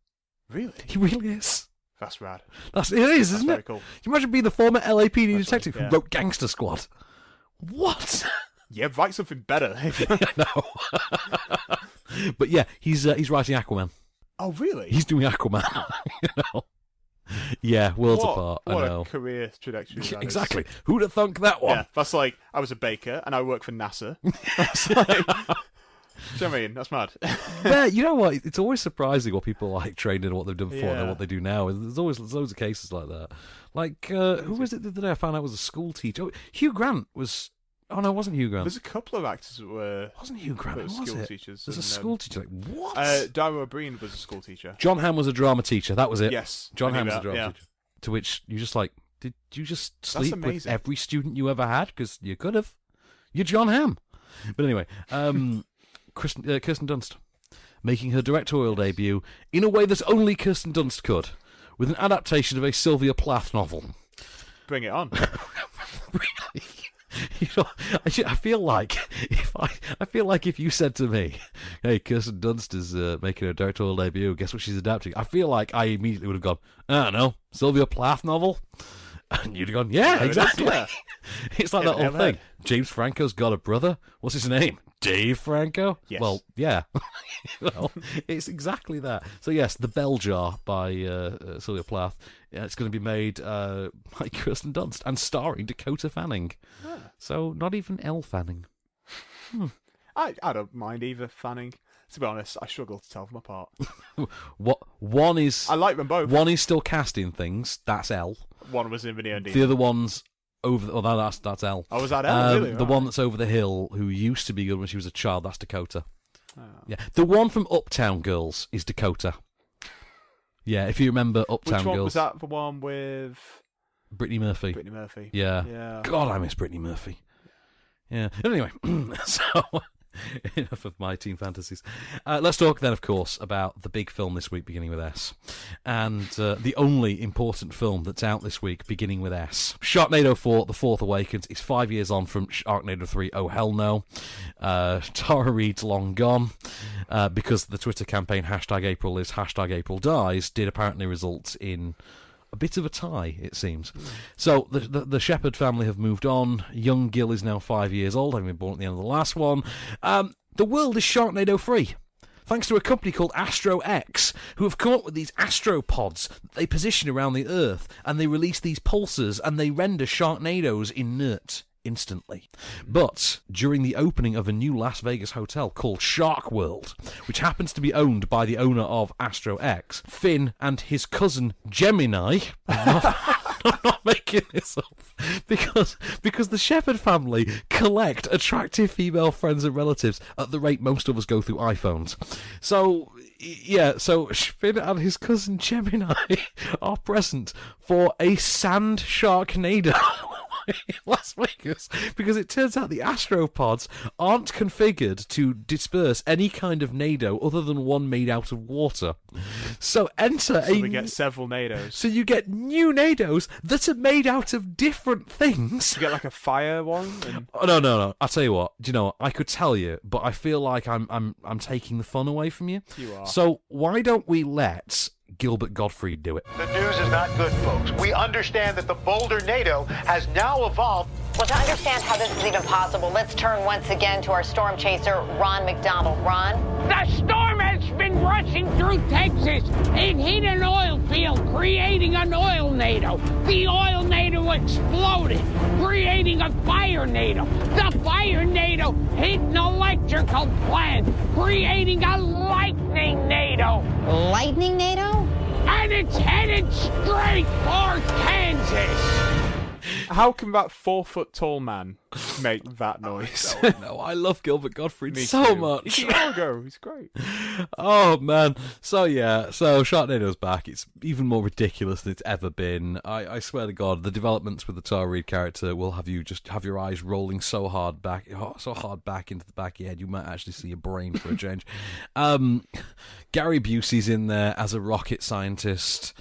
Speaker 2: Really?
Speaker 1: He really is.
Speaker 2: That's rad.
Speaker 1: That's it is,
Speaker 2: That's
Speaker 1: isn't
Speaker 2: very
Speaker 1: it?
Speaker 2: Cool.
Speaker 1: Can you imagine being the former LAPD detective
Speaker 2: yeah.
Speaker 1: who wrote Gangster Squad? What? <laughs>
Speaker 2: Yeah, write something better.
Speaker 1: But yeah, he's uh, he's writing Aquaman.
Speaker 2: oh, really?
Speaker 1: He's doing Aquaman. <laughs> you know? Yeah, worlds
Speaker 2: what,
Speaker 1: apart.
Speaker 2: What
Speaker 1: I know.
Speaker 2: a career trajectory. that is.
Speaker 1: exactly. Who'd have thunk that one?
Speaker 2: Yeah, that's like I was a baker and I work for NASA.
Speaker 1: <laughs>
Speaker 2: That's like, do you know what I mean? That's mad.
Speaker 1: yeah, you know what? It's always surprising what people like trained in what they've done before and then
Speaker 2: Yeah.
Speaker 1: what they do now. There's always there's loads of cases like that. Like uh, who was it the other day? I found out was a school teacher. Oh, Hugh Grant was. Oh no, it wasn't Hugh Grant.
Speaker 2: <laughs> There's a couple of actors that were
Speaker 1: wasn't Hugh Grant, was
Speaker 2: school
Speaker 1: it?
Speaker 2: teachers.
Speaker 1: There's a
Speaker 2: and, um,
Speaker 1: school teacher, like, what?
Speaker 2: Uh, Dario Breen was a school teacher.
Speaker 1: John Hamm was a drama teacher. That was it.
Speaker 2: Yes,
Speaker 1: John
Speaker 2: I
Speaker 1: Hamm was
Speaker 2: knew
Speaker 1: a
Speaker 2: that,
Speaker 1: drama
Speaker 2: yeah.
Speaker 1: teacher. To which you just like, did you just sleep with
Speaker 2: amazing.
Speaker 1: every student you ever had? Because you could have. You're John Hamm. But anyway, um, <laughs> Kirsten, uh, Kirsten Dunst making her directorial debut in a way that only Kirsten Dunst could, with an adaptation of a Sylvia Plath novel.
Speaker 2: Bring
Speaker 1: <laughs>
Speaker 2: it on.
Speaker 1: You know, I, ju- I feel like if I, I feel like if you said to me, "Hey, Kirsten Dunst is uh, making her directorial debut. Guess what she's adapting?" I feel like I immediately would have gone, "I don't know, Sylvia Plath novel," <laughs> and you'd have gone, "Yeah,
Speaker 2: There it is,
Speaker 1: exactly."
Speaker 2: yeah.
Speaker 1: <laughs> it's like
Speaker 2: Yeah,
Speaker 1: that old
Speaker 2: yeah,
Speaker 1: thing.
Speaker 2: man.
Speaker 1: James Franco's got a brother. What's his name? Dave Franco.
Speaker 2: Yes.
Speaker 1: Well, yeah. <laughs> well, it's exactly that. So yes, the Bell Jar by uh, uh, Sylvia Plath. Yeah, it's going to be made uh, by <laughs> Kirsten Dunst and starring Dakota Fanning.
Speaker 2: Ah.
Speaker 1: So not even Elle Fanning. <laughs>
Speaker 2: I, I don't mind either Fanning. To be honest, I struggle to tell them apart.
Speaker 1: What one is?
Speaker 2: I like them both.
Speaker 1: One is still casting things. That's Elle.
Speaker 2: One was in Video
Speaker 1: The other one's over. The, oh, that- that's that's Elle.
Speaker 2: Oh, is that Elle? Really?
Speaker 1: The
Speaker 2: Right.
Speaker 1: one that's over the hill, who used to be good when she was a child. That's Dakota.
Speaker 2: Oh.
Speaker 1: Yeah, the one from Uptown Girls is Dakota. Yeah, if you remember
Speaker 2: Which
Speaker 1: Uptown
Speaker 2: one
Speaker 1: Girls,
Speaker 2: was that? The one with
Speaker 1: Brittany Murphy.
Speaker 2: Brittany Murphy.
Speaker 1: Yeah.
Speaker 2: Yeah.
Speaker 1: God, I miss Brittany Murphy. Yeah. Anyway, <clears throat> so <laughs> enough of my teen fantasies. Uh, let's talk then, of course, about the big film this week, beginning with S, and uh, the only important film that's out this week, beginning with S. Sharknado 4: The Fourth Awakens. It's five years on from Sharknado 3. Oh hell no! Uh, Tara Reid's long gone uh, because the Twitter campaign hashtag April lives hashtag April dies did apparently result in a bit of a tie, it seems. So the, the the Shepherd family have moved on. Young Gil is now five years old, having been born at the end of the last one. Um, the world is Sharknado free. Thanks to a company called Astro X, who have come up with these astropods that they position around the Earth, and they release these pulsers, and they render Sharknadoes inert instantly. But during the opening of a new Las Vegas hotel called Shark World, which happens to be owned by the owner of Astro X, Finn and his cousin Gemini. <laughs> I'm not- <laughs> I'm not making this up because because the Shepherd family collect attractive female friends and relatives at the rate most of us go through iPhones. So yeah, so Finn and his cousin Gemini <laughs> are present for a sand <laughs> sharknado. in Las Vegas because it turns out the astropods aren't configured to disperse any kind of nado other than one made out of water. So enter
Speaker 2: So
Speaker 1: a
Speaker 2: we get several
Speaker 1: <laughs>
Speaker 2: NADOs.
Speaker 1: so you get new nados that are made out of different things.
Speaker 2: You get like a fire one. And...
Speaker 1: <laughs> Oh, no, no, no! I tell you what. Do you know what? I could tell you, but I feel like I'm, I'm, I'm taking the fun away from you.
Speaker 10: You are.
Speaker 1: So why don't we let Gilbert Godfrey do it?
Speaker 10: The news is not good, folks. We understand that the Boulder NATO has now evolved.
Speaker 21: Well, to understand how this is even possible, let's turn once again to our storm chaser, Ron McDonald. Ron?
Speaker 22: The storm has been rushing through Texas. It hit an oil field, creating an oil NATO. The oil NATO exploded, creating a fire NATO. The fire NATO hit an electrical plant, creating a lightning NATO.
Speaker 21: Lightning NATO?
Speaker 22: And it's headed straight for Kansas.
Speaker 2: How can that four foot tall man make
Speaker 1: <laughs>
Speaker 2: that
Speaker 1: Oh,
Speaker 2: noise?
Speaker 1: <laughs> no, I love Gilbert <laughs> Godfrey so much.
Speaker 2: <laughs> He's a go. He's great.
Speaker 1: oh man. So yeah, so Sharknado's back. It's even more ridiculous than it's ever been. I, I swear to God, the developments with the Tara Reid character will have you just have your eyes rolling so hard back, so hard back into the back of your head, you might actually see your brain for a change. Um, Gary Busey's in there as a rocket scientist.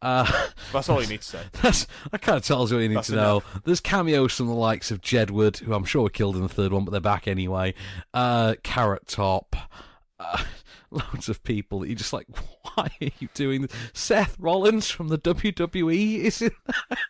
Speaker 1: Uh,
Speaker 2: That's all you need to say.
Speaker 1: <laughs> That's that kind of tells you what you need
Speaker 2: That's
Speaker 1: to know. There's cameos from the likes of Jedward, who I'm sure were killed in the third one, but they're back <laughs> anyway. Uh, Carrot Top, uh, loads of people that you just like. <laughs> why are you doing this? Seth Rollins from the WWE is in there. <laughs>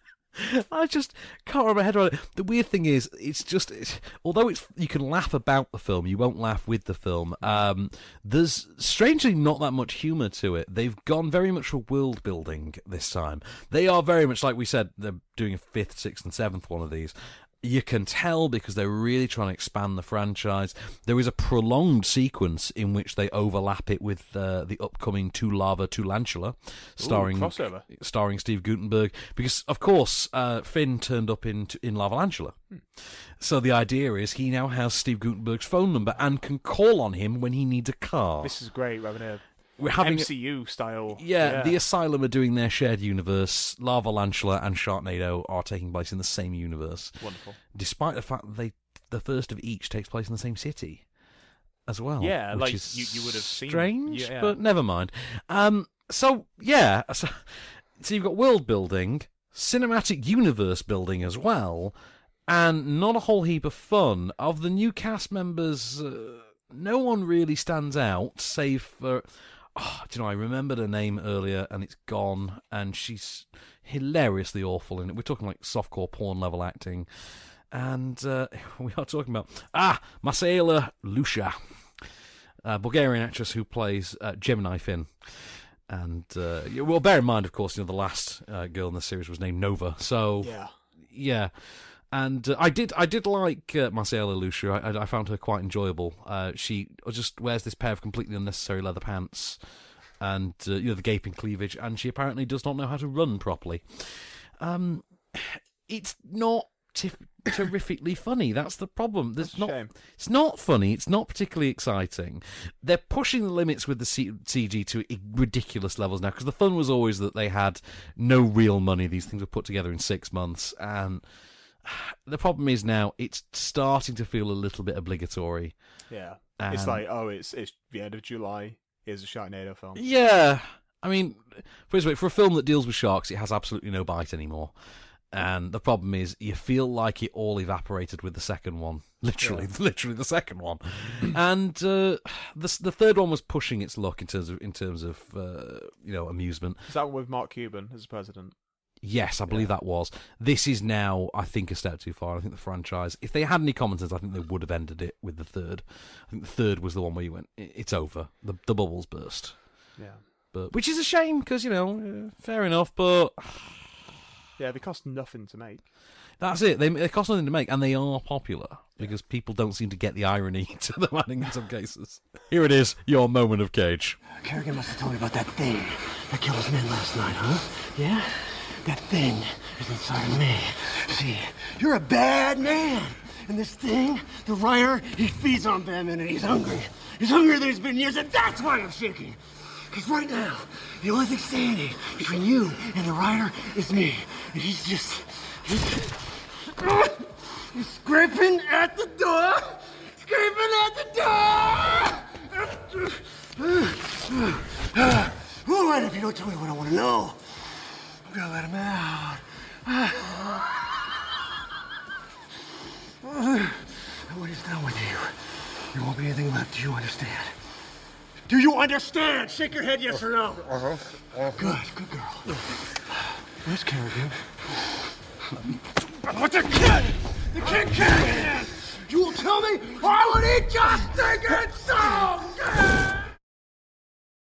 Speaker 1: I just can't wrap my head around it. The weird thing is, it's just it's, although it's you can laugh about the film, you won't laugh with the film. Um, there's strangely not that much humour to it. They've gone very much for world building this time. They are very much like we said. They're doing a fifth, sixth, and seventh one of these, you can tell because they're really trying to expand the franchise. There is a prolonged sequence in which they overlap it with uh, the upcoming Two Lava, Two Lantula, starring
Speaker 2: crossover.
Speaker 1: starring Steve Gutenberg. Because of course, uh, Finn turned up in in Lava Lantula,
Speaker 2: Hmm.
Speaker 1: so the idea is he now has Steve Gutenberg's phone number and can call on him when he needs a car.
Speaker 2: This is great. We're having a
Speaker 1: We're having a-
Speaker 2: MCU style.
Speaker 1: yeah, the Asylum are doing their shared universe. Lava Lantula and Sharknado are taking place in the same universe.
Speaker 2: Wonderful.
Speaker 1: Despite the fact that they, the first of each takes place in the same city as well.
Speaker 2: Yeah,
Speaker 1: which
Speaker 2: like,
Speaker 1: is
Speaker 2: you- you would have seen-
Speaker 1: strange,
Speaker 2: yeah.
Speaker 1: but never mind. Um, so, yeah. So, so you've got world building, cinematic universe building as well, and not a whole heap of fun. Of the new cast members. Uh, no one really stands out save for oh, do you know I remembered her name earlier and it's gone and she's hilariously awful in it. We're talking like softcore porn level acting. And uh, <laughs> we are talking about ah Masaela Lucia, a Bulgarian actress who plays uh, Gemini Finn. And uh, yeah, well, bear in mind, of course, you know the last uh, girl in the series was named Nova. So
Speaker 2: Yeah.
Speaker 1: yeah. And uh, I did, I did like uh, Marcella Lucia. I, I- I found her quite enjoyable. Uh, she just wears this pair of completely unnecessary leather pants, and uh, you know the gaping cleavage, and she apparently does not know how to run properly. Um, it's not tif- terrifically funny. That's the problem. There's not. It's not funny. It's not particularly exciting. They're pushing the limits with the C- CG to i- ridiculous levels now because the fun was always that they had no real money. These things were put together in six months, and <sighs> the problem is now it's starting to feel a little bit obligatory.
Speaker 2: Yeah. it's
Speaker 1: And-
Speaker 2: like, oh, it's it's the end of July. Here's a Sharknado film.
Speaker 1: Yeah, I mean, for for a film that deals with sharks, it has absolutely no bite anymore. And the problem is, you feel like it all evaporated with the second one. <laughs> Literally, literally the second one. and uh, the the third one was pushing its luck in terms of in terms of uh, you know amusement.
Speaker 2: Is that with Mark Cuban as president?
Speaker 1: Yes, I believe that was. This is now, I think, a step too far. I think the franchise, if they had any commenters, I think they would have ended it with the third. I think the third was the one where you went, "I- it's over. The, the bubbles burst.
Speaker 2: Yeah.
Speaker 1: But which is a shame because you know, uh, fair enough. But
Speaker 2: Yeah, they cost nothing to make.
Speaker 1: that's it. They they cost nothing to make, and they are popular because people don't seem to get the irony <laughs> to them. I think in some cases. Here it is, your moment of cage.
Speaker 14: Kerrigan must have told you about that thing that killed his men last night, huh? Yeah? That thing is inside of me. See, you're a bad man. And this thing, the writer, he feeds on bad men and he's hungry. He's hungrier than he's been in years, and that's why I'm shaking. Because right now, the only thing standing between you and the writer is me. And he's just. He's, he's scraping at the door! Scraping at the door! All right, if you don't tell me what I want to know, I'm gonna let him out. <sighs> And when he's done with you, there won't be anything left. Do you understand? Do you understand? Shake your head, yes or no. Uh-huh. Good, good girl. Where's Kerrigan? What's a kid? The kid Kerrigan is! You will tell me I would eat just thinking so!